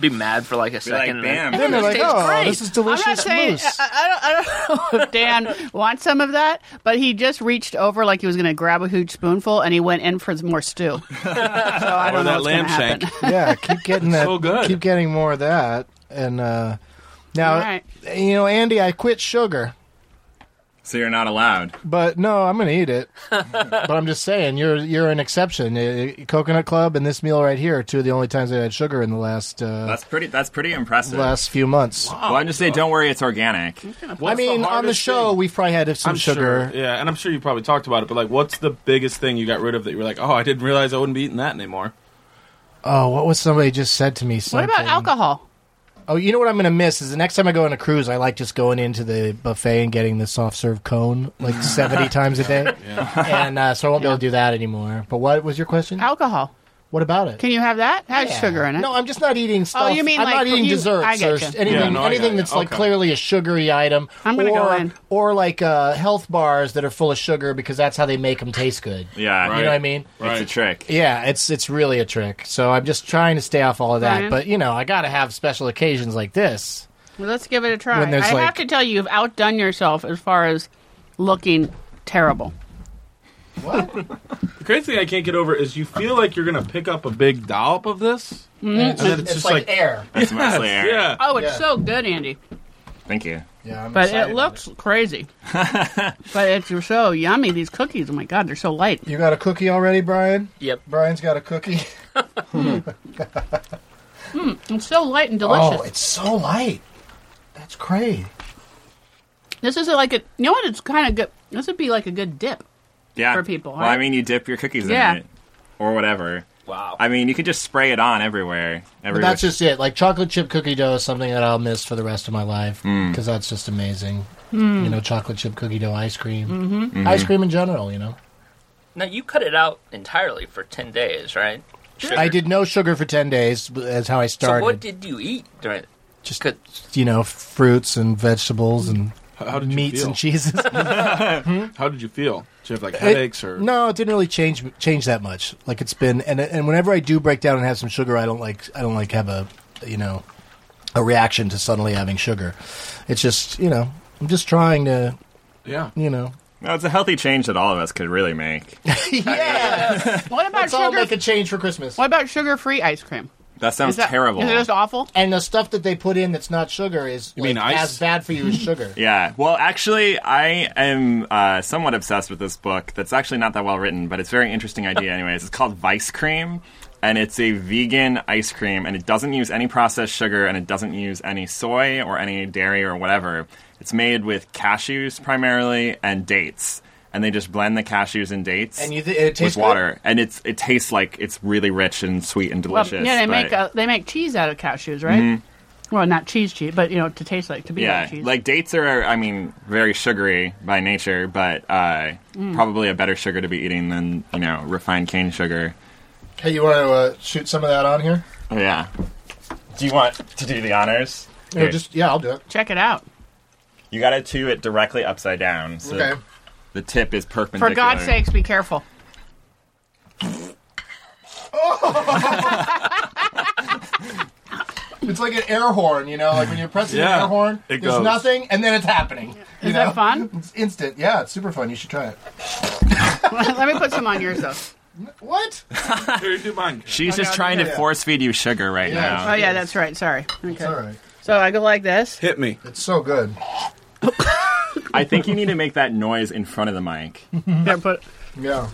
Be mad for like a
like,
second.
bam.
and then-
And they're like,
tastes
oh,
great."
this is
I'm
delicious
not saying uh,
moose.
I, I don't. I don't know if Dan wants some of that, but he just reached over like he was going to grab a huge spoonful, and he went in for more stew. so I
Or that
don't know what's going
lamb
to
shank.
happen.
yeah, keep getting that.
so good.
Keep getting more of that. And uh, now,
All right.
you know, Andy, I quit sugar,
So you're not allowed.
but no, I'm going to eat it. but I'm just saying, you're you're an exception. Uh, Coconut Club and this meal right here are two of the only times I had sugar in the last uh,
That's pretty. That's pretty impressive.
last few months.
Well, I'm just saying, don't worry, it's organic.
I mean, on the show, we've probably had some
I'm
sugar.
Sure, yeah, and I'm sure you probably talked about it, but like, what's the biggest thing you got rid of that you were like, oh, I didn't realize I wouldn't be eating that anymore?
Oh, what was somebody just said to me?
What
Something.
about alcohol?
Oh, you know what I'm going to miss is the next time I go on a cruise, I like just going into the buffet and getting the soft serve cone like 70 times a day. And uh, so I won't be able to do that anymore. But what was your question?
Alcohol.
What about it?
Can you have that? Has
Yeah.
sugar in it? Oh,
No, I'm just not eating stuff.
you mean
I'm
like
not eating
you-
desserts
I get
or
you.
s- anything,
Yeah, no, I
anything
got
that's
you.
like
Okay.
clearly a sugary item.
I'm gonna
or,
go in.
Or like uh, health bars that are full of sugar because that's how they make them taste good.
Yeah,
You
Right.
know what I mean?
It's a trick.
Yeah, it's it's really a trick. So I'm just trying to stay off all of that.
Brian?
But you know, I got to have special occasions like this.
Well, let's give it a try. I
When there's, like-
have to tell you, you've outdone yourself as far as looking terrible.
The crazy thing I can't get over is you feel like you're gonna pick up a big dollop of this,
Mm-hmm.
and then it's, just like,
air.
That's mostly air.
yeah,
Oh, it's
Yeah.
so good, Andy.
Thank you.
Yeah, I'm
But
excited
it
about
looks crazy. but it's so yummy. These cookies. Oh my God, they're so light.
You got a cookie already, Brian?
Yep.
Brian's got a cookie.
It's so light and delicious.
Oh, it's so light. That's great.
this is like a. You know what? It's kind of good. This would be like a good dip.
Yeah.
For people,
Well, I
right?
mean, you dip your cookies
Yeah.
in it or whatever.
Wow.
I mean, you could just spray it on everywhere.
But
Every
that's
which-
just it. Like chocolate chip cookie dough is something that I'll miss for the rest of my life because that's just amazing.
Mm.
You know, chocolate chip cookie dough ice cream,
Mm-hmm.
ice cream in general. You know,
Now you cut it out entirely for ten days, right? Sugar.
I did no sugar for ten days. That's how I started.
So what did you eat during?
just
Could,
you know, fruits and vegetables and
how did you
meats
feel?
and cheeses.
How did you feel? Did you have like headaches
It-
or
no it didn't really change change that much like it's been and and whenever i do break down and have some sugar i don't like i don't like have a you know a reaction to suddenly having sugar it's just you know i'm just trying to
Yeah,
you know
No, it's a healthy change that all of us could really make.
yeah
What about
let's all
sugar?
make a change for christmas
what about sugar-free ice cream?
That sounds
Is that
terrible.
Is it just awful?
and the stuff that they put in that's not sugar is
You mean
like,
ice?
as bad for you as sugar
yeah. Well, actually, I am uh, somewhat obsessed with this book. That's actually not that well written, but it's a very interesting idea. Anyways, it's called Vice Cream, and it's a vegan ice cream, and it doesn't use any processed sugar, and it doesn't use any soy or any dairy or whatever. It's made with cashews primarily and dates, and they just blend the cashews and dates.
and you th- it tastes
with water, and it's it tastes like it's really rich and sweet and
Well,
delicious.
yeah, they make
but-
uh, they make cheese out of cashews, right? Well, not cheese cheese, but you know, to taste like to be
yeah,
like cheese.
like dates are, I mean, very sugary by nature, but uh,
Mm.
probably a better sugar to be eating than you know refined cane sugar.
good. hey you want to uh, shoot some of that on here
Yeah. Do you want to do the honors?
Or just yeah i'll do it
Check it out.
you got to do it directly upside down. So
okay
The tip is perpendicular.
For God's sakes, be careful.
It's like an air horn, you know, like when you're pressing an
Yeah,
air horn,
it
there's
goes.
nothing, and then it's happening.
Is that fun?
It's instant. Yeah, it's super fun. You should try it.
Let me put some on yours though.
What?
Here, do mine.
She's
Okay,
just
I'll
trying
do
to
that.
force feed you sugar right
Yeah.
now.
Oh yeah, that's right. Sorry. Okay.
It's all right.
So I go like this.
Hit me.
It's so good.
I think you need to make that noise in front of the mic.
There, put.
Yeah.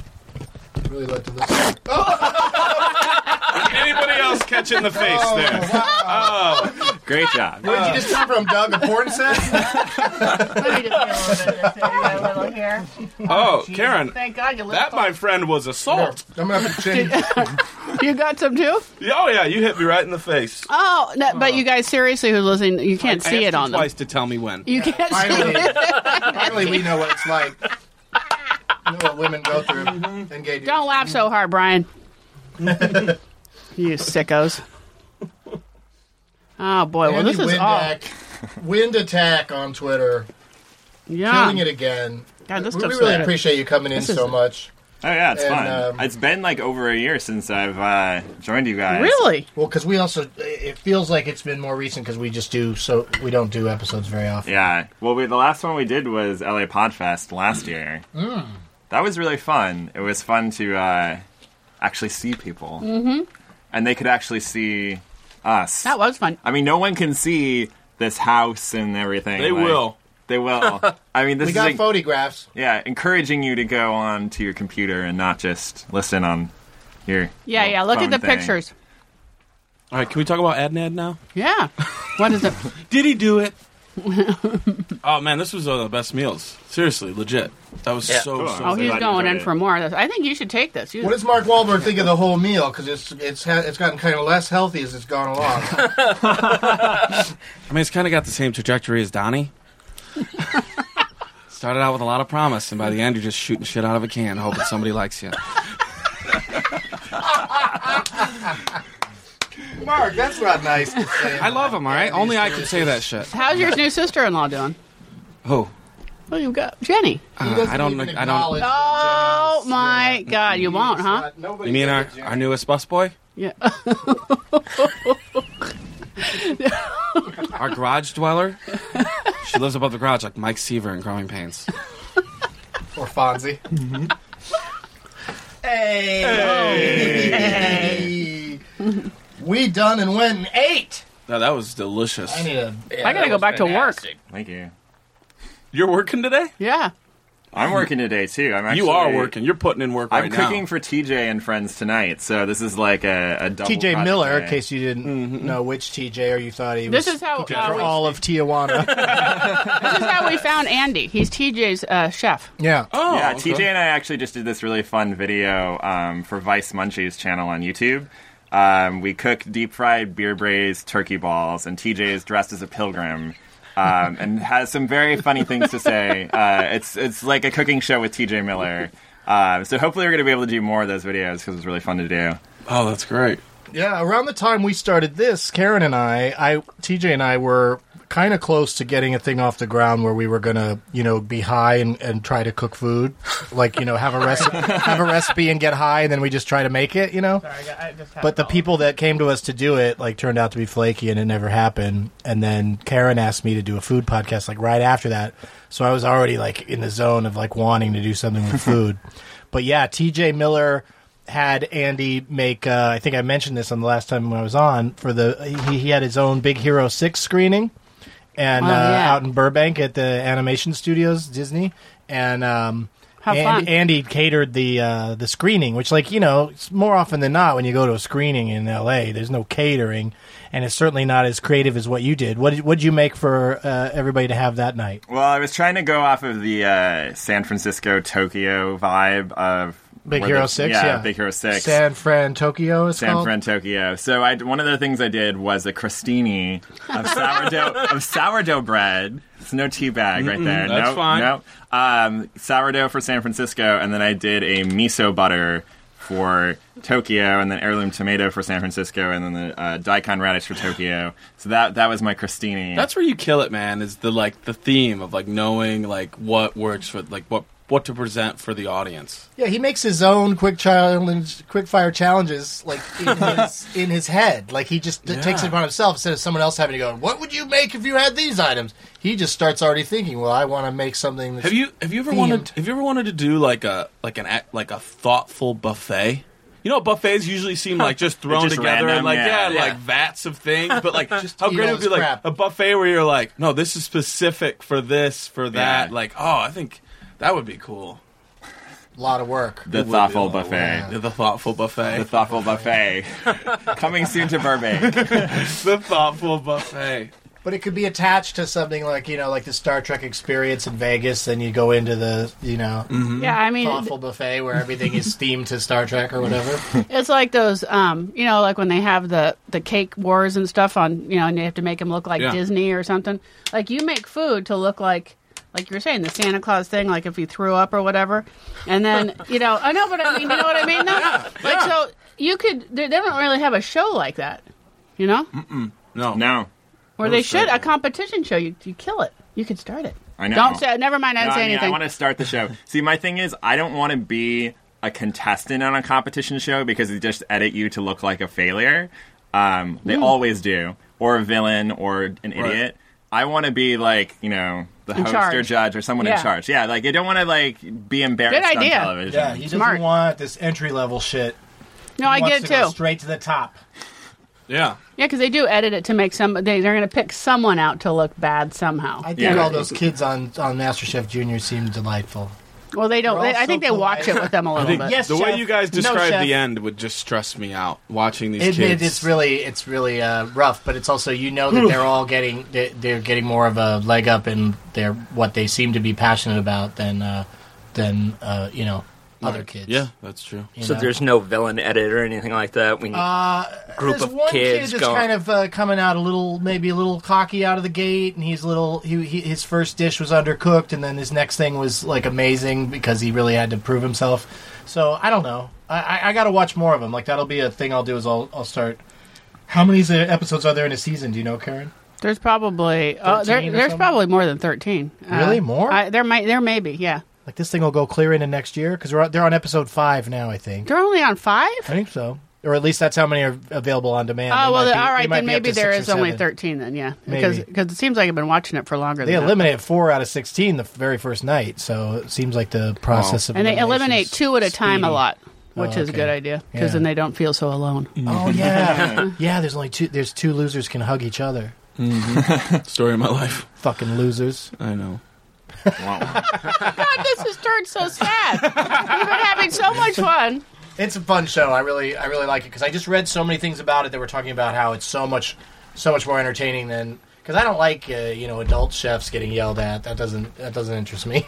Really like to listen.
Anybody else catch in the face there?
Great job.
Where did you just come from, Doug? A porn set?
Let me just get a little bit of this. There you go, a little here.
Oh, Karen,
Thank God you live.
that my friend was
I'm
assault.
gonna have to change.
You got some too?
Oh yeah, you hit me right in the face.
Oh, no, but you guys seriously who's listening, you can't
I
see
asked
it
you
on them.
twice to tell me when.
You can't see
Finally,
it.
finally, we know what it's like. We know what women go through. And gay dudes.
Don't laugh so hard, Brian. you sickos. Oh boy, well
Andy uh,
this is all.
Windack, Wind Attack on Twitter,
Yeah.
killing it again.
God, this
we
stuff's
really
good.
appreciate you coming in
This is-
so much.
Oh yeah, it's
And,
fun.
um,
it's been like over a year since I've uh, joined you guys.
Really?
Well, because we also, it feels like it's been more recent because we just do so we don't do episodes very often.
Yeah. Well, we, the last one we did was LA Podfest last year.
Mm.
That was really fun. It was fun to uh, actually see people, mm-hmm. and they could actually see us.
That was fun.
I mean, no one can see this house and everything.
They
like,
will.
They will. I mean, this
We
is
got
like-
photographs.
yeah, encouraging you to go on to your computer and not just listen on your
Yeah, yeah. Look at
phone
the
thing.
pictures.
All right, can we talk about Adnad now?
Yeah. What is it?
Did he do it? oh man, this was one of the best meals. Seriously, legit. That was
Yeah.
so
Cool.
so.
Oh,
they
he's
like
going in
it.
for more. That's- I think you should take this. You-
What does Mark Wahlberg think of the whole meal? Because it's it's ha- it's gotten kind of less healthy as it's gone along.
I mean, it's kind of got the same trajectory as Donnie. Started out with a lot of promise, and by the end, you're just shooting shit out of a can, hoping somebody likes you.
Mark, that's not nice. To say.
I love him, all right? Only I could say that shit.
How's your new sister-in-law doing?
Oh,
Oh, you got Jenny.
He
uh,
doesn't
I don't.
even
I
acknowledge
don't.
that
Oh
Jenny's-
my God, you won't,
It's
huh?
not- nobody
You mean our,
does it,
our newest bus boy?
Yeah.
Our garage dweller? She lives above the garage like Mike Seaver in Growing Pains.
Jenny. or Fonzie. hey. we done and went and ate.
Now, that was delicious.
I need a
Yeah,
I gotta
that
go
was
back to work.
fantastic.
Thank you.
You're working today?
Yeah.
I'm working today too. I'm actually
you are working. You're putting in work right
I'm
now.
cooking for TJ and friends tonight, so this is like a, a double
TJ
project
Miller, in
day.
case you didn't know which TJ or you thought he was.
This is how
for
uh,
all of Tijuana.
we, this is how we found Andy. He's TJ's uh, chef.
yeah.
Oh,
yeah,
okay.
TJ and I actually just did this really fun video um, for Vice Munchies channel on YouTube. Um, we cook deep fried beer braised turkey balls, and TJ is dressed as a pilgrim. Um, and has some very funny things to say. Uh, it's it's like a cooking show with TJ Miller. Uh, so hopefully we're going to be able to do more of those videos because it's really fun to do.
Oh, that's great.
Yeah, around the time we started this, Karen and I, I TJ and I were kind of close to getting a thing off the ground where we were gonna, you know, be high and, and try to cook food, like you know, have a recipe, have a recipe and get high, and then we just try to make it, you know. But the people that came to us to do it like turned out to be flaky, and it never happened. And then Karen asked me to do a food podcast like right after that, so I was already like in the zone of like wanting to do something with food. but yeah, T.J. Miller had Andy make. Uh, I think I mentioned this on the last time when I was on for the. He, he had his own Big Hero Six screening, and
Oh,
uh,
yeah.
out in Burbank at the Animation Studios, Disney, and. Um,
How fun.
and, Andy catered the uh, the screening, which, like you know, it's more often than not when you go to a screening in L.A., there's no catering, and it's certainly not as creative as what you did. What did what'd you make for uh, everybody to have that night?
Well, I was trying to go off of the uh, San Francisco Tokyo vibe of
Big
where
Hero
the-
Six, yeah.
Big Hero Six,
San Fran, Tokyo is
San
called.
Fran, Tokyo. So I, one of the things I did was a crostini of sourdough of sourdough bread. It's no tea bag right there.
that's
no,
fine.
No um, sourdough for San Francisco, and then I did a miso butter for Tokyo, and then heirloom tomato for San Francisco, and then the uh, daikon radish for Tokyo. So that that was my crostini.
That's where you kill it, man. Is the like the theme of like knowing like what works for like what what to present for the audience.
Yeah, he makes his own quick challenge, quick fire challenges, like in his, in his head. Like he just
Yeah.
takes it upon himself instead of someone else having to go. What would you make if you had these items? He just starts already thinking. Well, I want to make something. That's
Have you have you ever
Themed.
wanted have you ever wanted to do like a like an act- like a thoughtful buffet? You know, buffets usually seem like just thrown
just
together
random,
and like
yeah,
yeah,
yeah.
like vats of things, but like
Just
how
eat
great it
all
would be
this
like
crap.
a buffet where you're like, no, this is specific for this for that.
Yeah.
Like, oh, I think that would be cool.
a lot of work.
The thoughtful buffet.
The thoughtful buffet.
The thoughtful buffet. Coming soon to Burbank.
the thoughtful buffet.
But it could be attached to something like you know, like the Star Trek experience in Vegas. Then you go into the you know
Mm-hmm.
Yeah, I mean,
Mm-hmm. thoughtful buffet where everything is themed to Star Trek or whatever.
It's like those, um, you know, like when they have the the cake wars and stuff on, you know, and you have to make them look like
Yeah.
Disney or something. Like you make food to look like, like you were saying, the Santa Claus thing. Like if you threw up or whatever, and then you know, I know, but I mean, you know what I mean? though? Like so, you could. They, they don't really have a show like that, you know,
Mm,
No.
No.
where they
was
should
great.
a competition show. You you kill it. You could start it.
I know.
Don't say. Never mind. I
No,
didn't
I
say
mean,
anything.
I want to start the show. See, my thing is, I don't want to be a contestant on a competition show because they just edit you to look like a failure. Um, they always do, or a villain, or an idiot. I want to be like you know the host or
charge.
judge or someone
Yeah.
in charge. Yeah, like I don't want to like be embarrassed
Good idea.
on television.
Yeah, he doesn't
Smart.
want this entry level shit.
no, I
He wants
get it
to go
too.
Straight to the top.
Yeah.
Yeah, because they do edit it to make some. They, they're going to pick someone out to look bad somehow.
I
Yeah.
think all those kids on on MasterChef Junior seem delightful.
Well, they don't.
We're all
They, I
so
think they watch it
polite.
with them a little bit.
yes,
the way
chef.
you guys
No,
described
chef.
the end would just stress me out watching these
It, it,
kids.
it's really it's really uh, rough, but it's also you know that they're all getting they- they're getting more of a leg up in their what they seem to be passionate about than uh, than uh, you know other kids.
Yeah, that's true.
you
So
know?
there's no villain edit or anything like that. We group
There's
of
one
kids
kid that's
going.
kind of uh, coming out a little, maybe a little cocky out of the gate, and he's a little. He, he his first dish was undercooked, and then his next thing was like amazing because he really had to prove himself. So I don't know. I, I, I got to watch more of him. Like that'll be a thing I'll do. Is I'll I'll start. How many se- episodes are there in a season? Do you know, Karen?
There's probably
13 or
oh, there, there's
something?
probably more than thirteen. Uh,
Really? More?
I, there might there may be. Yeah,
Like this thing will go clear into next year because they're on episode five now. I think.
they're only on five.
I think so, or at least that's how many are available on demand. They
oh well,
might be-
all
they
right.
might
Then
be up
maybe
to
there
six
is
or
only
seven.
thirteen. Then yeah, because
Maybe.
because it seems like I've been watching it for longer.
They
than that.
eliminate four out of sixteen the very first night, so it seems like the process of
and they eliminate
elimination's
two at a time a
speedy.
lot, which
Oh,
is a
okay.
good idea because
Yeah.
then they don't feel so alone.
Oh yeah, yeah. There's only two. There's two losers can hug each other.
Story of my life.
Fucking losers.
I know.
God, this has turned so sad. We've been having so much fun.
It's a fun show. I really, I really like it because I just read so many things about it that were talking about how it's so much, so much more entertaining than. Because I don't like, uh, you know, adult chefs getting yelled at. That doesn't that doesn't interest me.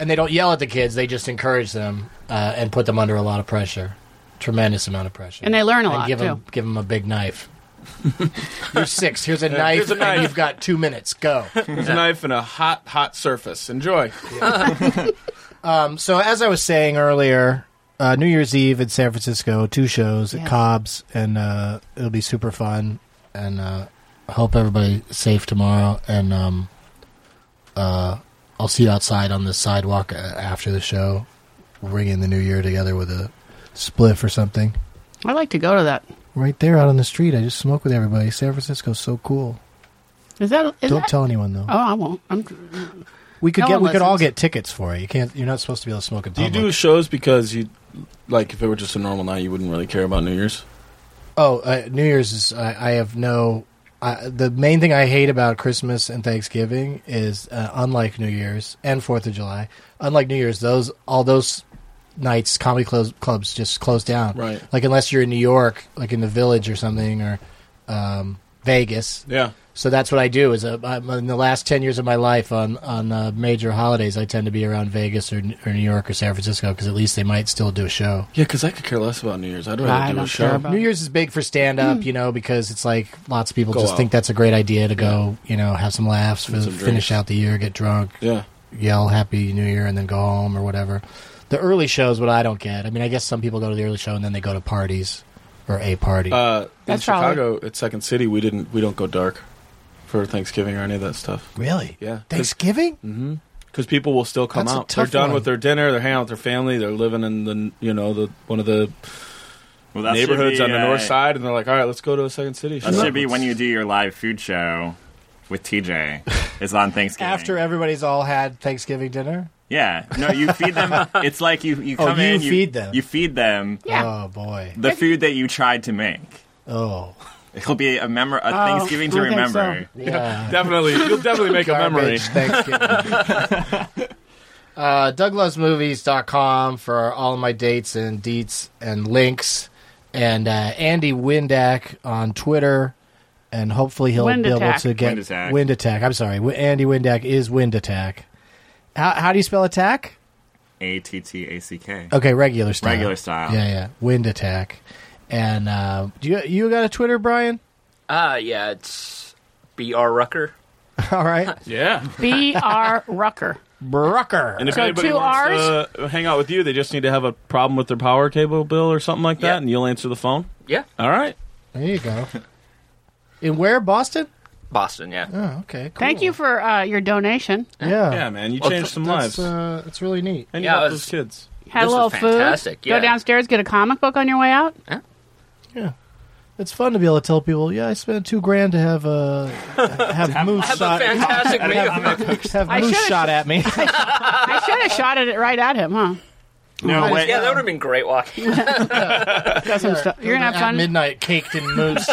and they don't yell at the kids. They just encourage them uh, and put them under a lot of pressure, tremendous amount of pressure.
And they learn a
and
lot,
give
too.
Them, give them a big knife. You're six. Here's a knife,
here's a knife.
and you've got two minutes. Go.
There's a knife and a hot, hot surface. Enjoy.
so as I was saying earlier, uh, New Year's Eve in San Francisco, two shows at
Yeah.
Cobb's, and uh, it'll be super fun. And uh, I hope everybody's safe tomorrow. And um, uh, I'll see you outside on the sidewalk uh, after the show, ringing the new year together with a spliff or something.
I like to go to that.
Right there out on the street, I just smoke with everybody. San Francisco's so cool.
Is that? is
Don't
that-
tell anyone though.
Oh, I won't. I'm,
we could
no
get we
one
could all
listens.
get tickets for it. You can't. You're not supposed to be able to smoke in
Do you
public.
do shows because you, like, if it were just a normal night, you wouldn't really care about New Year's?
Oh, uh, New Year's is I, I have no. I, the main thing I hate about Christmas and Thanksgiving is, uh, unlike New Year's and Fourth of July, unlike New Year's, those all those nights comedy close, clubs just close down.
Right.
Like unless you're in New York, like in the Village or something, or um, Vegas.
Yeah.
So that's what I do. Is uh, I'm- in the last ten years of my life on on uh, major holidays, I tend to be around Vegas or, or New York or San Francisco because at least they might still do a show.
Yeah, because I could care less about New Year's. I'd rather
I
do a
don't
show.
care about.
New Year's is big for stand up, you know, because it's like lots of people
Go
just
out.
think that's a great idea to go, you know, have some laughs, for,
some
finish
drinks.
out the year, get drunk,
yeah.
yell Happy New Year, and then go home or whatever. The early shows, what I don't get. I mean, I guess some people go to the early show and then they go to parties or a party.
Uh, in
That's probably-
Chicago, at Second City, we didn't we don't go dark for Thanksgiving or any of that stuff.
really?
yeah. Mm-hmm.
Thanksgiving?
because people will still come
That's a
out. They're
tough
done
one.
with their dinner. They're hanging out with their family. They're living in the you know the one of the
Well, that should
neighborhoods
be,
on the
uh,
north side, and they're like, all right, let's go to a second city.
That
show."
should be when you do your live food show with TJ. It's on Thanksgiving.
After everybody's all had Thanksgiving dinner?
Yeah. No, you feed them. It's like you, you
Oh,
come
you
in.
feed them.
You feed them
Yeah.
Oh, boy.
the food that you tried to make.
Oh.
It'll be a, memor- a
Oh,
Thanksgiving to
I think so.
remember.
Yeah.
definitely you'll definitely make a memory.
Garbage Thanksgiving. uh, DouglasMovies.com for all of my dates and deets and links. And uh, Andy Windack on Twitter. And hopefully he'll
Wind
be
Attack.
able to get
Wind Attack.
Wind Attack. I'm sorry. Wi- Andy Windack is Wind Attack. How, how do you spell attack?
A T T A C K.
Okay, regular style.
Regular style.
Yeah, yeah. Wind Attack. And uh, do you, you got a Twitter, Brian?
Ah, yeah, it's B.R. Rucker.
All right.
Yeah.
B R Rucker.
Brucker.
And if
So
anybody
two
wants to uh, hang out with you, they just need to have a problem with their power cable bill or something like that,
Yeah.
and you'll answer the phone.
Yeah,
All right.
There you go. In where? Boston?
Boston. Yeah.
Oh, okay. Cool.
Thank you for uh, your donation.
Yeah.
Yeah, man, you
Well,
changed some
That's,
lives,
uh, that's really neat.
and you
Yeah,
helped
it was-
those kids.
Had
This
a little
was fantastic,
food.
yeah.
Go downstairs, get a comic book on your way out.
Yeah. It's fun to be able to tell people, yeah, I spent two grand to have uh, have moose
Have
shot
a fantastic meal.
have
I
moose
should've-
shot at me.
I should have shot it right at him, huh?
No, wait.
Yeah, that would have been great walking.
Got some stuff. You're gonna have
At
fun.
midnight, caked in moose.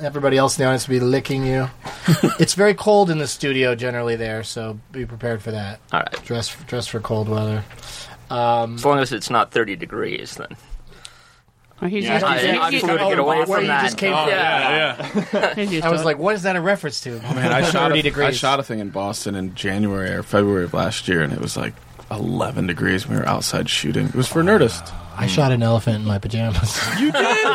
Everybody else in the audience will be licking you. it's very cold in the studio generally there, so be prepared for that.
All right.
Dress dress for cold weather.
As long as it's not 30 degrees, then.
Oh, he's
Yeah,
used to-
I,
he's
I
used
flew to
to-
get away
where
from
you
that.
just came
yeah.
from.
yeah.
he's used
I
to
was
it.
like, what is that a reference to?
Oh, Man, I shot,
30
a,
degrees.
I shot a thing in Boston in January or February of last year, and it was like 11 degrees. We were outside shooting. It was for Nerdist.
I shot an elephant in my pajamas. You did.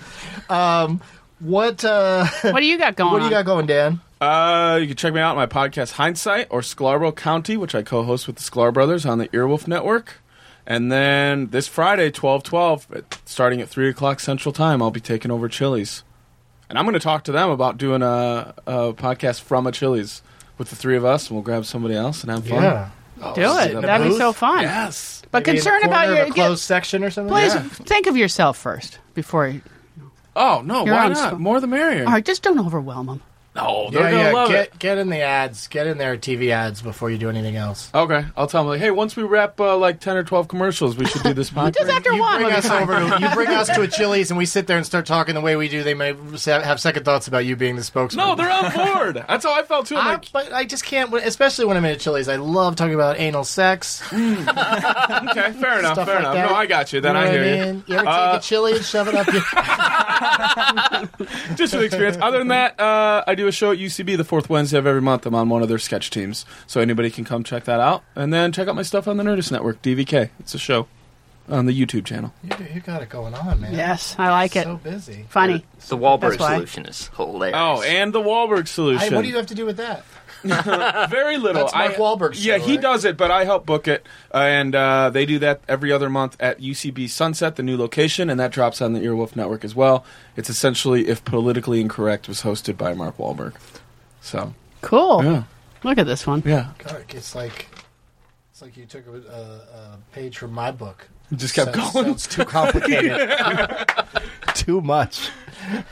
um, what uh,
what do you got going
what do you
on?
got going, Dan?
Uh, you can check me out on my podcast Hindsight or Scarborough County, which I co-host with the Sklar Brothers on the Earwolf Network. And then this Friday, twelve twelve, at- starting at three o'clock Central Time, I'll be taking over Chili's, and I'm going to talk to them about doing a, a podcast from a Chili's with the three of us, and we'll grab somebody else and have fun. Oh,
Do
Just
it.
in a
That'd be
booth?
so fun.
Yes.
But concern about your
a closed section or something.
Please
Yeah.
think of yourself first before. You,
Oh no!
You're
why
on
not?
sp- Oh,
More the merrier.
all right, just don't overwhelm them.
No, they're
Yeah,
gonna
yeah.
love
get
it.
get in the ads. Get in their TV ads before you do anything else.
Okay, I'll tell them like, hey, once we wrap uh, like ten or twelve commercials, we should do this podcast.
Just after
You
one.
bring
we'll be
us
fine.
over. To, you bring us to a Chili's and we sit there and start talking the way we do. They may sa- have second thoughts about you being the spokesman.
no, they're on board. That's how I felt too. I'm
I,
like,
but I just can't, especially when I'm at Chili's. I love talking about anal sex.
Okay, fair enough,
Stuff
fair
like
enough.
that.
No, I got you. Then
you know
I
what
hear
mean? You ever
Uh,
take a chili and shove it up your
you. Just for the experience. Other than that, uh, I do a show at UCB the fourth Wednesday of every month. I'm on one of their sketch teams, so anybody can come check that out. And then check out my stuff on the Nerdist Network, DVK. It's a show on the YouTube channel.
You, you got it going on, man.
Yes, I like it.
So busy.
Funny.
The Wahlberg
That's why.
solution is hilarious.
Oh, and the Wahlberg
Hey,
Solution.
what do you have to do with that?
Very little.
That's Mark
I,
Wahlberg's show,
Yeah, he
right?
does it, but I help book it, uh, and uh, they do that every other month at UCB Sunset, the new location, and that drops on the Earwolf Network as well. It's essentially if politically incorrect was hosted by Mark Wahlberg. So
Cool.
yeah,
Look at this one.
yeah,
God, it's like it's like you took a, a, a page from my book.
It just kept
Sounds-
going.
Sounds too complicated. too much.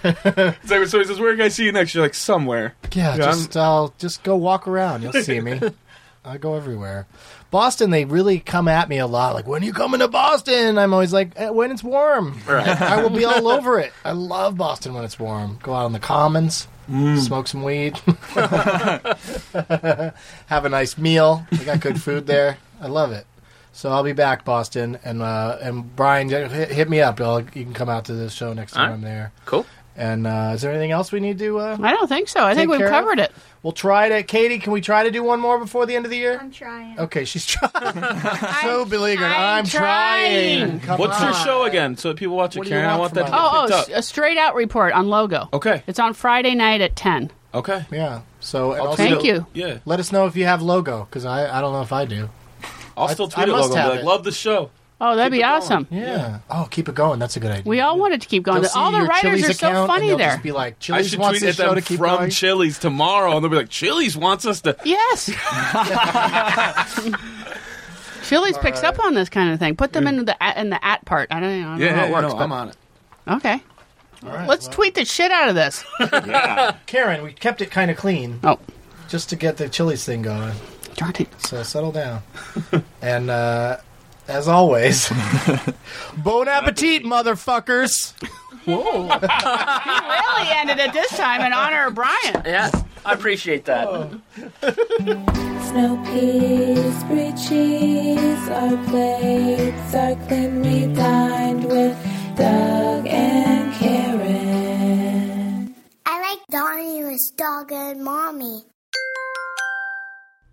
It's like, so he says, "Where can I see you next?" You're like, "Somewhere."
Yeah,
Yeah,
just I'll just go walk around. You'll see me. I go everywhere. Boston, they really come at me a lot. Like, when are you coming to Boston? I'm always like, "Eh, when it's warm. I will be all over it. I love Boston when it's warm. Go out on the commons,
Mm.
smoke some weed, have a nice meal. They got good food there. I love it. So I'll be back, Boston, and uh, and Brian, hit, hit me up. I'll, you can come out to the show next time
All right.
I'm there.
Cool.
And uh, is there anything else we need to? Uh,
I don't think so. I
Take
think
care
we've
of-
covered it.
We'll try to. Katie, can we try to do one more before the end of the year?
I'm trying.
Okay, she's trying. so
I'm-
beleaguered. I'm,
I'm
trying.
trying.
Come
What's your
on.
show again? So that people watch it,
What do you
Karen. I
want
want that
from
to
us?
get
Oh,
picked
oh
up.
a straight out report on Logo.
okay,
It's on Friday night at 10.
okay.
Yeah. So and
I'll
also,
tweet
Thank
it.
you.
Yeah,
Let us know if you have logo because I, I don't know if I do.
I'll still
I
tweet it.
must
Logan. Be
have
like,
it.
love the show.
Oh, that'd be awesome.
Yeah. Oh, keep it going. That's a good idea.
We all wanted to keep going.
They'll see
All the
your
writers
Chili's
are so
account, and
funny
they'll
there.
Just be like,
I
Chili's
should
wants
tweet
this
at
show
them
to keep
from
going.
Chili's tomorrow, and they'll be like, "Chili's wants us to."
Yes. Chili's picks up on this kind of thing. Put them in the at, in the at part. I don't, know- I don't know how Oh, it works.
no, I'm on it.
but- okay.
All right,
Let's
well,
tweet the shit out of this.
Karen, we kept it kind of clean
oh,
just to get the Chili's thing going.
darn it.
So settle down. and uh, as always, bon appetit, motherfuckers.
Really ended it this time in honor of Brian.
Yeah, I appreciate that.
Snow peas, brie cheese, our plates are clean. We dined with Doug and Karen.
I like Donnie was dog and mommy.